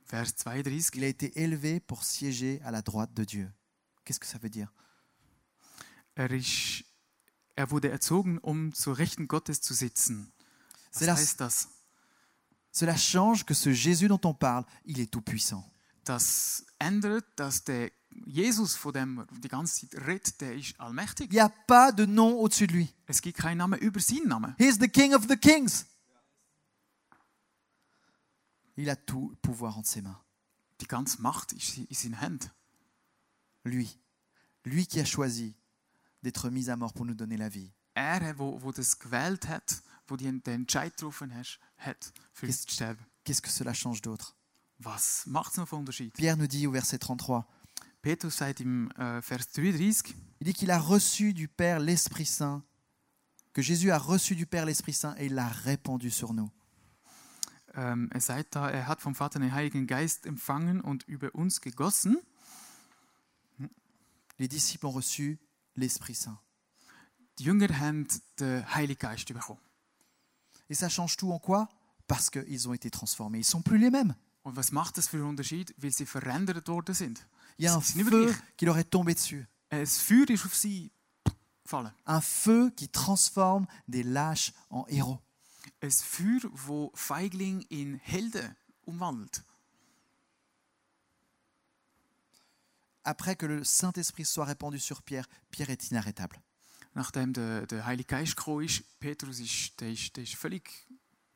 [SPEAKER 2] Vers 32.
[SPEAKER 1] Il a été élevé pour siéger à la droite de Dieu. Qu'est-ce que ça veut dire
[SPEAKER 2] Er, ist, er wurde erzogen, um zur Rechten Gottes zu sitzen. Was
[SPEAKER 1] C'est la-
[SPEAKER 2] heißt das?
[SPEAKER 1] Cela change que ce Jésus dont on parle, il est tout-puissant.
[SPEAKER 2] Das ändert, dass der Jesus, von dem wir die ganze Zeit redet, der ist allmächtig.
[SPEAKER 1] Il n'y a pas de nom au-dessus de lui.
[SPEAKER 2] Es gibt keinen Namen über seinen Namen.
[SPEAKER 1] He is the King of the Kings. Il a tout pouvoir entre ses mains.
[SPEAKER 2] Die ganze Macht ist in seinen Händen.
[SPEAKER 1] Lui. Lui qui a choisi d'être mis à mort pour nous donner la vie.
[SPEAKER 2] Er, wo, wo das gewählt hat, wo die, den Entscheid getroffen hast, hat, für uns zu sterben.
[SPEAKER 1] Qu'est-ce que cela change d'autre
[SPEAKER 2] Was macht es noch für einen Unterschied?
[SPEAKER 1] Pierre nous dit au verset 33,
[SPEAKER 2] Petrus sagt im äh, Vers 33,
[SPEAKER 1] il dit qu'il a reçu du Père l'Esprit Saint, que Jésus a reçu du Père l'Esprit Saint et il l'a répandu sur nous.
[SPEAKER 2] ähm, er sagt da, er hat vom Vater den Heiligen Geist empfangen und über uns gegossen.
[SPEAKER 1] Les disciples ont reçu l'Esprit Saint.
[SPEAKER 2] Die Jünger haben den Heiligen Geist bekommen.
[SPEAKER 1] Et ça change tout en quoi Parce qu'ils ont été transformés. Ils sont plus les mêmes.
[SPEAKER 2] Und was macht das für einen Unterschied? Weil sie verändert worden sind.
[SPEAKER 1] Il y a un
[SPEAKER 2] C'est- c'est une vraie
[SPEAKER 1] feu qui leur est tombé dessus.
[SPEAKER 2] Ein Feuer ist auf sie gefallen.
[SPEAKER 1] Un feu qui transforme des lâches en héros.
[SPEAKER 2] Ein Feuer, wo Feigling in Helden umwandelt.
[SPEAKER 1] Après que le Saint-Esprit soit répandu sur Pierre, Pierre est inarrêtable.
[SPEAKER 2] Nachdem der, der Heilige Geist gekommen ist, Petrus ist, der ist, der ist völlig,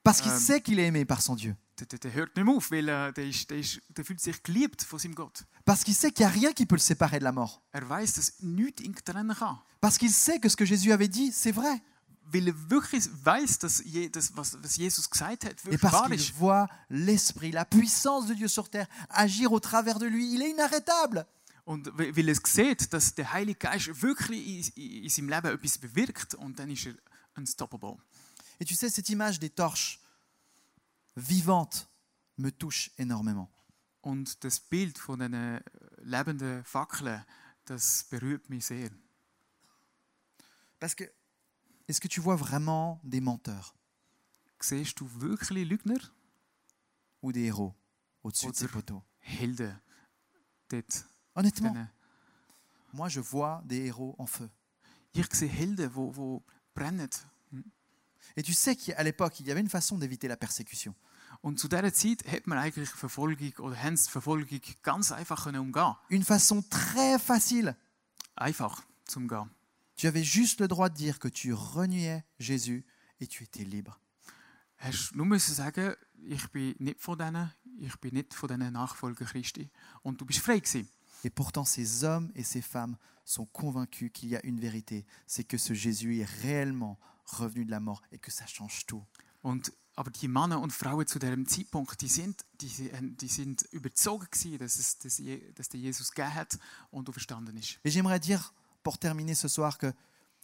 [SPEAKER 1] Parce qu'il
[SPEAKER 2] Euh,
[SPEAKER 1] sait qu'il est aimé par son Dieu.
[SPEAKER 2] der, der, der hört nicht mehr auf, weil äh, der, ist, der, ist, der fühlt sich geliebt von seinem Gott.
[SPEAKER 1] Parce qu'il sait qu'il n'y a rien qui peut le séparer de la mort.
[SPEAKER 2] Er weiß, dass nichts ihn trennen kann.
[SPEAKER 1] Parce qu'il sait que ce que Jésus avait dit, c'est vrai.
[SPEAKER 2] Weil er wirklich weiß, dass je, das, was, was Jesus gesagt hat,
[SPEAKER 1] Et
[SPEAKER 2] wirklich
[SPEAKER 1] parce
[SPEAKER 2] wahr
[SPEAKER 1] qu'il
[SPEAKER 2] ist.
[SPEAKER 1] voit l'Esprit, la puissance de Dieu sur terre agir au travers de lui. Il est inarrêtable.
[SPEAKER 2] Und weil weil er sieht, dass der Heilige Geist wirklich in, in, in seinem Leben etwas bewirkt und dann ist er unstoppable.
[SPEAKER 1] Et tu sais, cette image des torches vivantes me touche énormément.
[SPEAKER 2] Und das Bild von den lebenden Fackeln, das berührt mich sehr.
[SPEAKER 1] Parce que, est-ce que tu vois vraiment des menteurs
[SPEAKER 2] Siehst du wirklich Lügner?
[SPEAKER 1] ou des héros au-dessus de ces
[SPEAKER 2] Autre.
[SPEAKER 1] poteaux
[SPEAKER 2] Helden. Dort,
[SPEAKER 1] Honnêtement,
[SPEAKER 2] denen.
[SPEAKER 1] moi je vois des héros en feu.
[SPEAKER 2] Ich sehe Helden, die wo, wo brennen.
[SPEAKER 1] Et tu sais qu'à l'époque, il y avait une façon d'éviter la persécution.
[SPEAKER 2] Und zu dieser Zeit hat man eigentlich Verfolgung oder haben sie die Verfolgung ganz einfach können umgehen
[SPEAKER 1] Une façon très facile.
[SPEAKER 2] Einfach zum Gehen.
[SPEAKER 1] Tu avais juste le droit de dire que tu reniais Jésus et tu étais libre.
[SPEAKER 2] Hast du nur müssen sagen, ich bin nicht von denen, ich bin nicht von diesen Nachfolger Christi. Und du bist frei gewesen.
[SPEAKER 1] Et pourtant, ces hommes et ces femmes sont convaincus qu'il y a une vérité, c'est que ce Jésus est réellement revenu de la mort et que ça change tout.
[SPEAKER 2] Und, aber die Männer und Frauen zu diesem Zeitpunkt, die sind, die, sie- äh, die sind überzogen gewesen, dass, es, dass, Je- dass der Jesus gegeben hat und auferstanden ist.
[SPEAKER 1] Et j'aimerais dire, pour terminer ce soir, que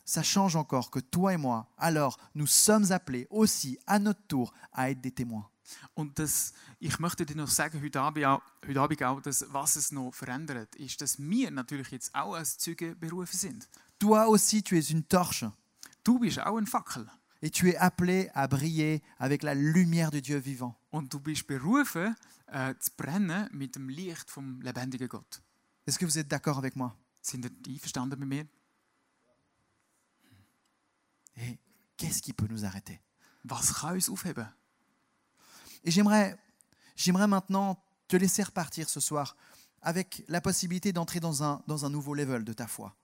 [SPEAKER 1] ça change encore, que toi et moi, alors, nous sommes appelés aussi, à notre tour, à être des témoins.
[SPEAKER 2] Und das, ich möchte dir noch sagen, heute Abend, auch- heute Abend auch, dass, was es noch verändert, ist, dass wir natürlich jetzt auch als Zeugen berufen sind.
[SPEAKER 1] Toi aussi, tu es une torche
[SPEAKER 2] Du bist auch ein Fackel.
[SPEAKER 1] et tu es appelé à briller avec la lumière du Dieu vivant.
[SPEAKER 2] Und du bist berufen, äh, zu brennen mit dem Licht vom lebendigen Gott.
[SPEAKER 1] Est-ce que vous êtes d'accord avec moi
[SPEAKER 2] Sind ihr einverstanden mit mir?
[SPEAKER 1] Et qu'est-ce qui peut nous arrêter
[SPEAKER 2] Was kann uns aufheben?
[SPEAKER 1] Et j'aimerais, j'aimerais maintenant te laisser repartir ce soir avec la possibilité d'entrer dans un, dans un nouveau level de ta foi.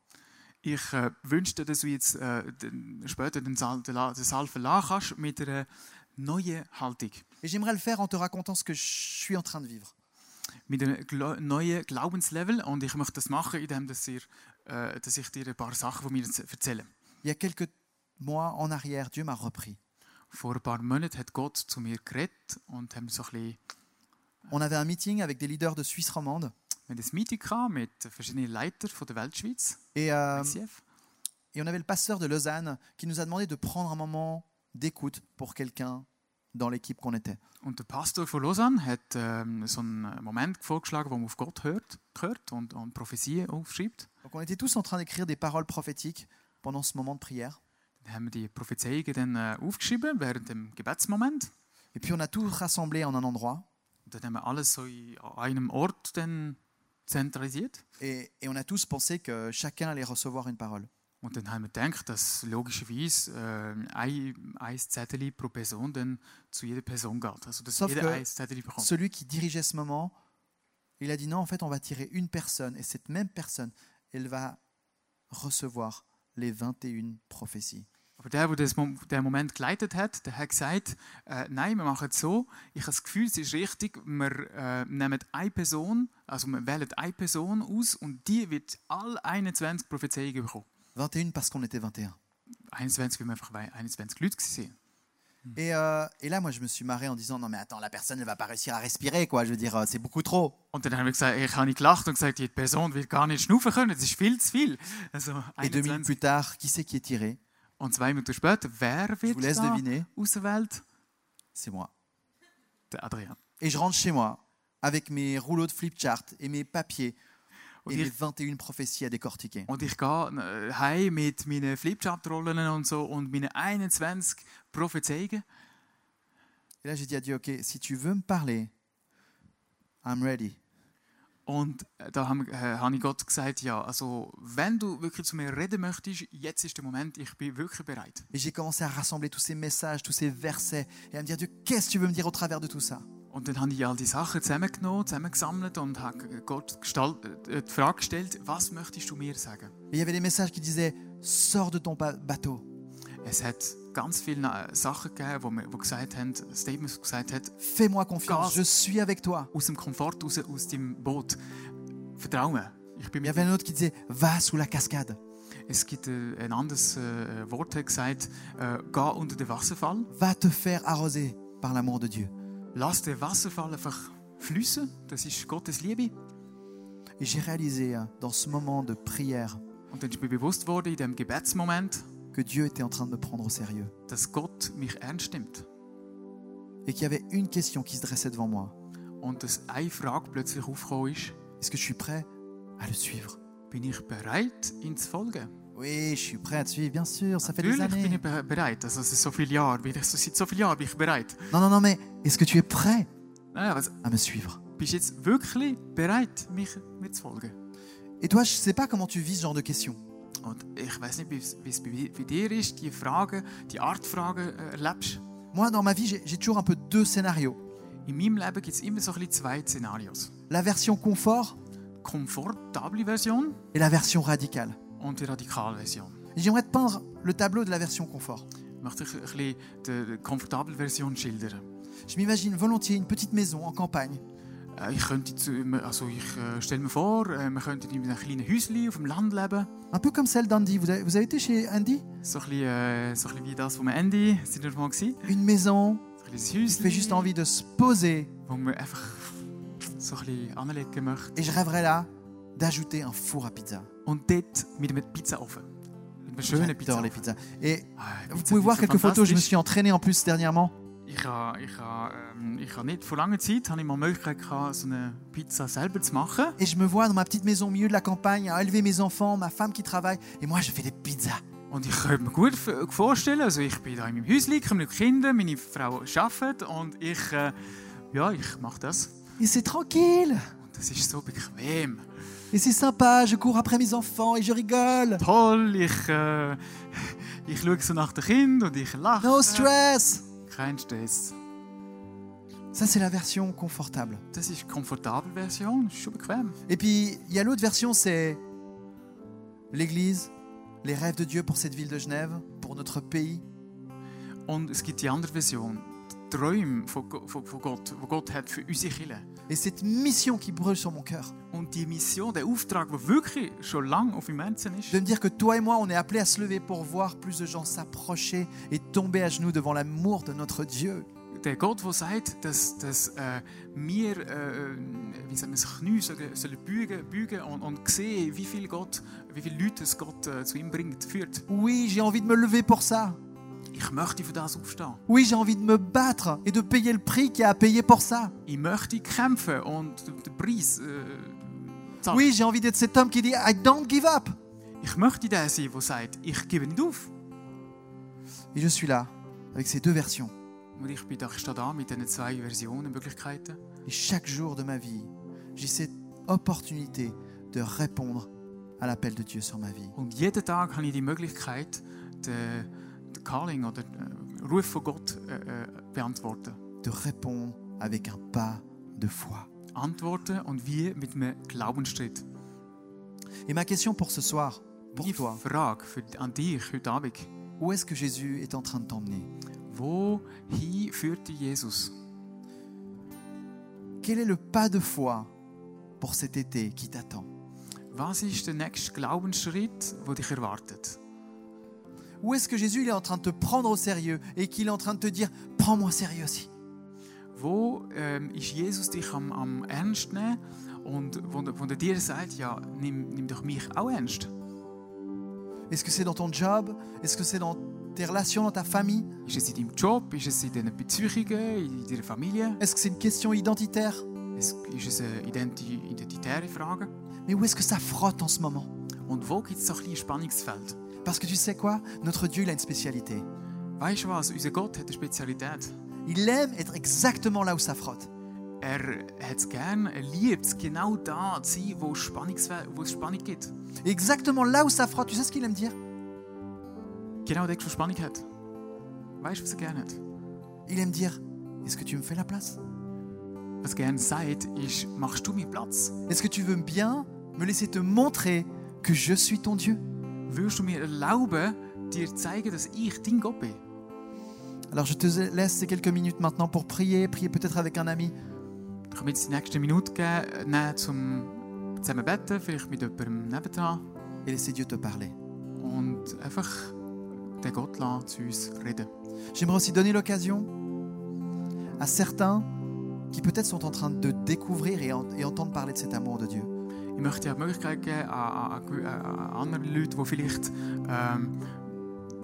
[SPEAKER 2] Ich äh, wünschte, dass du jetzt äh, den, später den Saal, den, La- den Saal verlassen kannst mit einer neuen Haltung,
[SPEAKER 1] Et j'aimerais le faire en te racontant ce que je suis en train de vivre.
[SPEAKER 2] mit einem Gla neuen Glaubenslevel. Und ich möchte das machen, indem dass ihr, äh, dass ich dir ein paar Sachen von mir z- erzähle.
[SPEAKER 1] Il y a quelques mois en arrière, Dieu m'a repris.
[SPEAKER 2] Vor ein paar Monaten hat Gott zu mir geredet und haben so ein bisschen
[SPEAKER 1] On avait un meeting avec des leaders de Suisse romande
[SPEAKER 2] wir hatten ein Meeting gehabt mit verschiedenen Leitern von der Weltschweiz,
[SPEAKER 1] et, euh,
[SPEAKER 2] ICF.
[SPEAKER 1] et on avait le pasteur de Lausanne qui nous a demandé de prendre un moment d'écoute pour quelqu'un dans l'équipe qu'on était.
[SPEAKER 2] Und der Pastor von Lausanne hat ähm, so einen Moment vorgeschlagen, wo man auf Gott hört, hört und, und Prophezien aufschreibt.
[SPEAKER 1] Donc on était tous en train d'écrire des paroles prophétiques pendant ce moment de prière.
[SPEAKER 2] Dann haben wir die Prophezeiungen dann äh, aufgeschrieben während dem Gebetsmoment.
[SPEAKER 1] Et puis on a tout rassemblé en un endroit
[SPEAKER 2] Und dann haben wir alles so in, an einem Ort dann zentralisiert.
[SPEAKER 1] Et, et on a tous pensé que chacun allait recevoir une parole.
[SPEAKER 2] Und dann haben wir gedacht, dass logischerweise äh, ein, ein Zettel pro Person dann zu jeder Person geht. Also dass
[SPEAKER 1] Sauf que-
[SPEAKER 2] jeder ein Zettel bekommt.
[SPEAKER 1] Celui qui dirigeait ce moment, il a dit non, en fait, on va tirer une personne. Et cette même personne, elle va recevoir les 21 prophéties.
[SPEAKER 2] Aber der, der das Mom- den Moment geleitet hat, der hat gesagt, äh, nein, wir machen es so. Ich habe das Gefühl, es ist richtig, wir äh, nehmen eine Person, also wir wählen eine Person aus und die wird alle 21 Prophezeiungen bekommen.
[SPEAKER 1] 21 parce qu'on était 21.
[SPEAKER 2] 21, weil wir einfach wei- 21 Leute waren.
[SPEAKER 1] Et, euh, et là, moi, je me suis marré en disant non, mais attends, la personne, elle va pas réussir à respirer, quoi. Je veux dire, euh, c'est beaucoup trop.
[SPEAKER 2] Und dann haben wir gesagt, ich habe nicht gelacht und gesagt, die Person wird gar nicht schnaufen können, das ist viel zu viel. Also
[SPEAKER 1] Et deux minutes
[SPEAKER 2] 21.
[SPEAKER 1] plus tard, qui c'est qui est tiré
[SPEAKER 2] Und zwei Minuten später, wer
[SPEAKER 1] Je vous
[SPEAKER 2] wird
[SPEAKER 1] laisse
[SPEAKER 2] da
[SPEAKER 1] deviner.
[SPEAKER 2] ausgewählt?
[SPEAKER 1] C'est moi.
[SPEAKER 2] Der Adrian.
[SPEAKER 1] Et je rentre chez moi avec mes rouleaux de flip chart et mes papiers
[SPEAKER 2] Und
[SPEAKER 1] et
[SPEAKER 2] ich
[SPEAKER 1] mes 21 prophéties à décortiquer.
[SPEAKER 2] Und ich gehe äh, heim mit meinen Flipchart-Rollen und so und meinen 21 Prophezeiungen.
[SPEAKER 1] Et là, j'ai dit à Dieu, OK, si tu veux me parler, I'm ready.
[SPEAKER 2] Und äh, da haben- äh, habe ich Gott gesagt, ja, also wenn du wirklich zu mir reden möchtest, jetzt ist der Moment, ich bin wirklich bereit.
[SPEAKER 1] Et j'ai commencé à rassembler tous ces messages, tous ces versets, et à me dire, Dieu, qu'est-ce que tu veux me dire au travers de tout ça
[SPEAKER 2] Und dann habe ich all die Sachen zusammengenommen, zusammengesammelt und habe Gott gestalt, äh, die Frage gestellt, was möchtest du mir sagen?
[SPEAKER 1] Et il y avait des messages qui disaient, sors de ton ba- bateau,
[SPEAKER 2] Es hat ganz viele äh, Sachen gegeben, wo wir wo gesagt haben, Statements die gesagt hat,
[SPEAKER 1] fais-moi confiance,
[SPEAKER 2] Grâce.
[SPEAKER 1] je suis avec toi.
[SPEAKER 2] aus dem Komfort raus, aus dem Boot. Vertrauen. Ich
[SPEAKER 1] Il
[SPEAKER 2] bin
[SPEAKER 1] y
[SPEAKER 2] mit
[SPEAKER 1] avait un autre qui disait, va sous la cascade,
[SPEAKER 2] Es gibt äh, ein anderes äh, Wort, hat gesagt, äh, geh unter den Wasserfall,
[SPEAKER 1] va te faire arroser par l'amour de Dieu.
[SPEAKER 2] lass den Wasserfall einfach fließen, das ist Gottes Liebe.
[SPEAKER 1] Et j'ai réalisé hein, dans ce moment de prière
[SPEAKER 2] Und dann ist mir bewusst worden, in diesem Gebetsmoment,
[SPEAKER 1] que Dieu était en train de me prendre au sérieux
[SPEAKER 2] dass Gott mich ernst nimmt.
[SPEAKER 1] et qu'il y avait une question qui se dressait devant moi.
[SPEAKER 2] Und dass eine Frage plötzlich aufgekommen ist,
[SPEAKER 1] Est-ce que je suis prêt à le suivre
[SPEAKER 2] bin ich bereit, ihm zu folgen?
[SPEAKER 1] Oui, je suis prêt à te suivre, bien sûr, ça fait des
[SPEAKER 2] Natürlich bin
[SPEAKER 1] années.
[SPEAKER 2] ich be bereit, also es ist so viele Jahre, bin ich, so- seit so vielen Jahren bin ich bereit.
[SPEAKER 1] Non, non, non, mais est-ce que tu es prêt
[SPEAKER 2] Naja, also,
[SPEAKER 1] à me suivre
[SPEAKER 2] bist du jetzt wirklich bereit, mich mitzufolgen?
[SPEAKER 1] Et toi, je sais pas comment tu vis ce genre de questions.
[SPEAKER 2] Und ich weiß nicht, wie es wie es bei bei dir ist, die Fragen, die Art Fragen äh, erlebst.
[SPEAKER 1] Moi, dans ma vie, j'ai j'ai toujours un peu deux scénarios.
[SPEAKER 2] In meinem Leben gibt es immer so ein bisschen zwei Szenarios.
[SPEAKER 1] La version confort
[SPEAKER 2] Komfortable Version
[SPEAKER 1] et la version radicale.
[SPEAKER 2] und die radikale Version.
[SPEAKER 1] Et J'aimerais te peindre le tableau de la version confort.
[SPEAKER 2] Ich möchte euch ein bisschen die, die komfortable Version schildern.
[SPEAKER 1] Je m'imagine volontiers une petite maison en campagne,
[SPEAKER 2] Äh, Ich, könnte zu- also ich äh, stelle mir vor, äh, wir könnten in einem kleinen Häuschen auf dem Land leben.
[SPEAKER 1] un peu comme celle d'Andy. Vous avez, vous avez été chez Andy
[SPEAKER 2] So ein bisschen, äh, so ein bisschen wie das vom Andy, sind wir mal gewesen.
[SPEAKER 1] Une maison
[SPEAKER 2] So ein kleines
[SPEAKER 1] qui fait juste
[SPEAKER 2] Häuschen,
[SPEAKER 1] envie de se poser.
[SPEAKER 2] wo man einfach so ein bisschen anlegen möchte.
[SPEAKER 1] Et je rêverais là d'ajouter un four à pizza.
[SPEAKER 2] Und dort mit einem Pizzaofen. Mit einem schönen
[SPEAKER 1] J'adore
[SPEAKER 2] Pizzaofen.
[SPEAKER 1] les pizzas. Et
[SPEAKER 2] Ah, Pizza
[SPEAKER 1] vous pouvez voir
[SPEAKER 2] finde
[SPEAKER 1] quelques
[SPEAKER 2] ich so
[SPEAKER 1] photos, je me
[SPEAKER 2] fantastisch.
[SPEAKER 1] suis entraîné en plus dernièrement.
[SPEAKER 2] Ich habe ich ha, ähm, ich ha nicht vor langer Zeit habe ich mal die Möglichkeit gehabt, so eine Pizza selber zu machen.
[SPEAKER 1] Et je me vois dans ma petite maison au milieu de la campagne à élever mes enfants, ma femme qui travaille, et moi je fais des pizzas.
[SPEAKER 2] Und ich könnte mir gut f- vorstellen, also ich bin da in meinem Häuschen, ich habe noch Kinder, meine Frau arbeitet und ich, äh, ja, ich mache das.
[SPEAKER 1] Et c'est tranquille
[SPEAKER 2] Und das ist so bequem.
[SPEAKER 1] Et c'est sympa, je cours après mes enfants et je rigole.
[SPEAKER 2] Toll, ich, äh, ich schaue so nach den Kindern und ich lache.
[SPEAKER 1] No stress
[SPEAKER 2] Kein Stress.
[SPEAKER 1] Ça c'est la version confortable.
[SPEAKER 2] Das ist die komfortable Version, ist schon bequem.
[SPEAKER 1] Et puis il y a l'autre version, c'est l'église, les rêves de Dieu pour cette ville de Genève, pour notre pays.
[SPEAKER 2] Und es gibt die andere Version, die Träume von, Go- von, von Gott, die Gott hat für unsere Kirche.
[SPEAKER 1] Et cette mission qui brûle sur mon cœur,
[SPEAKER 2] Und die Mission, der Auftrag, der wirklich schon lange auf dem Herzen ist,
[SPEAKER 1] de me dire que toi et moi, on est appelés à se lever pour voir plus de gens s'approcher et tomber à genoux devant l'amour de notre Dieu.
[SPEAKER 2] der Gott, der sagt, dass, dass äh, wir, äh, wie sagen wir, das Knie sollen, sollen beugen, beugen und, und sehen, wie viel Gott, wie viele Leute es Gott äh, zu ihm bringt, führt.
[SPEAKER 1] Oui, j'ai envie de me lever pour ça.
[SPEAKER 2] Ich möchte für das aufstehen.
[SPEAKER 1] Oui, j'ai envie de me battre et de payer le prix qu'il y a à payer pour ça.
[SPEAKER 2] Ich möchte kämpfen und den- den Preis äh, zahlen.
[SPEAKER 1] Oui, j'ai envie d'être cet homme qui dit I don't give up.
[SPEAKER 2] Ich möchte der sein, der sagt, ich gebe nicht auf.
[SPEAKER 1] Et je suis là, avec ces deux versions.
[SPEAKER 2] Und ich bin da, ich stehe da mit diesen zwei Versionen, Möglichkeiten.
[SPEAKER 1] Et chaque jour de ma vie, j'ai cette opportunité de répondre à l'appel de Dieu sur ma vie.
[SPEAKER 2] Und jeden Tag habe ich die Möglichkeit, den, den Calling oder den Ruf von Gott äh, äh, beantworten.
[SPEAKER 1] De répondre avec un pas de foi.
[SPEAKER 2] Antworten und wie mit einem Glaubensschritt.
[SPEAKER 1] Et ma question pour ce soir, pour
[SPEAKER 2] Die
[SPEAKER 1] toi,
[SPEAKER 2] Frage für, an dich heute Abend.
[SPEAKER 1] où est-ce que Jésus est en train de t'emmener
[SPEAKER 2] Wohin führt dich Jesus?
[SPEAKER 1] Quel est le pas de foi pour cet été qui t'attend
[SPEAKER 2] Was ist der nächste Glaubensschritt, der dich erwartet?
[SPEAKER 1] Où est-ce que Jésus il est en train de te prendre au sérieux et qu'il est en train de te dire prends-moi au sérieux aussi
[SPEAKER 2] Wo ähm, ist Jesus dich am, am ernst nehmen und wo, wo er dir sagt, ja, nimm, nimm doch mich auch ernst?
[SPEAKER 1] Est-ce que c'est dans ton job Est-ce que c'est dans tes relations, dans ta famille
[SPEAKER 2] Ist es in deinem Job? Ist es in deinen Beziehungen? In deiner Familie?
[SPEAKER 1] Est-ce que c'est une question identitaire
[SPEAKER 2] Es ist es eine identi identitäre Frage.
[SPEAKER 1] Mais où est-ce que ça frotte en ce moment
[SPEAKER 2] Und wo gibt es so ein bisschen Spannungsfeld?
[SPEAKER 1] Parce que tu sais quoi Notre Dieu, il a une spécialité.
[SPEAKER 2] Weißt du was? Unser Gott hat eine Spezialität.
[SPEAKER 1] Il aime être exactement là où ça frotte.
[SPEAKER 2] Er hat es gern, er liebt es, genau da zu sein, wo es Spannungsfe- wo es Spannung gibt.
[SPEAKER 1] Exactement là où ça frotte, tu sais ce qu'il aime dire
[SPEAKER 2] Genau dort, wo Spannung hat. Weißt du, was er gerne hat?
[SPEAKER 1] Il aime dire Est-ce que tu me fais la place
[SPEAKER 2] Was er gerne sagt, ist, machst du mir Platz?
[SPEAKER 1] Est-ce que tu veux bien me laisser te montrer que je suis ton Dieu
[SPEAKER 2] Würdest du mir erlauben, dir zu zeigen, dass ich dein Gott bin?
[SPEAKER 1] Alors je te laisse ces quelques minutes maintenant pour prier, prier peut-être avec un ami.
[SPEAKER 2] Ich kann mir jetzt die nächste Minute geben, äh, nehmen, zum zusammen beten, vielleicht mit jemandem nebendran.
[SPEAKER 1] et laisser Dieu te parler.
[SPEAKER 2] Und einfach den Gott lassen, zu uns reden.
[SPEAKER 1] J'aimerais aussi donner l'occasion à certains qui peut-être sont en train de découvrir et, en- et entendre parler de cet amour de Dieu.
[SPEAKER 2] Ich möchte ja die Möglichkeit geben an, an, gew- an an andere Leute, die vielleicht, ähm,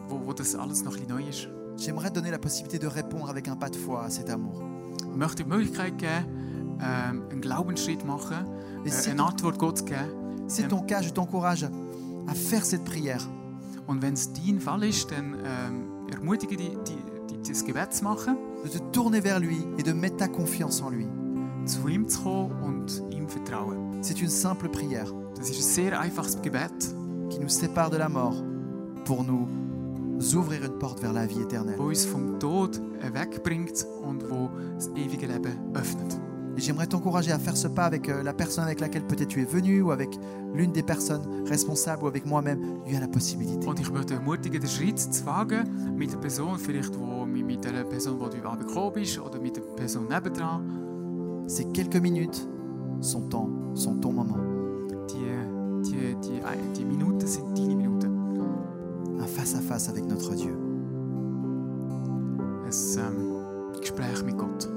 [SPEAKER 2] wo, wo das alles noch ein bisschen neu ist.
[SPEAKER 1] J'aimerais donner la possibilité de répondre avec un pas de foi à cet amour.
[SPEAKER 2] Ich möchte die Möglichkeit geben, ähm, einen Glaubensschritt machen,
[SPEAKER 1] Et
[SPEAKER 2] äh,
[SPEAKER 1] si,
[SPEAKER 2] eine Antwort Gott zu geben.
[SPEAKER 1] c'est ton cas, je t'encourage à faire cette prière.
[SPEAKER 2] Und wenn es dein Fall ist, dann ähm, ermutige dich, die, die, das Gebet zu machen,
[SPEAKER 1] de te tourner vers lui et de mettre ta confiance en lui.
[SPEAKER 2] zu ihm zu kommen und ihm vertrauen.
[SPEAKER 1] C'est une simple prière
[SPEAKER 2] Das ist ein sehr einfaches Gebet,
[SPEAKER 1] qui nous sépare de la mort pour nous ouvrir une porte vers la vie éternelle.
[SPEAKER 2] wo uns vom Tod äh, wegbringt und wo das ewige Leben öffnet.
[SPEAKER 1] Et j'aimerais t'encourager à faire ce pas avec euh, la personne avec laquelle peut-être tu es venu ou avec l'une des personnes responsables ou avec moi-même. Il y a la possibilité.
[SPEAKER 2] Und ich möchte ermutigen, den Schritt zu wagen mit der Person, vielleicht wo, mit mit der Person, die du abends gekommen bist, oder mit der Person nebendran.
[SPEAKER 1] Ces quelques minutes sont temps, sont ton moment.
[SPEAKER 2] Die, die, die, die Minuten sind deine Minuten.
[SPEAKER 1] Un face-à-face avec notre Dieu.
[SPEAKER 2] Ein ähm, Gespräch mit Gott.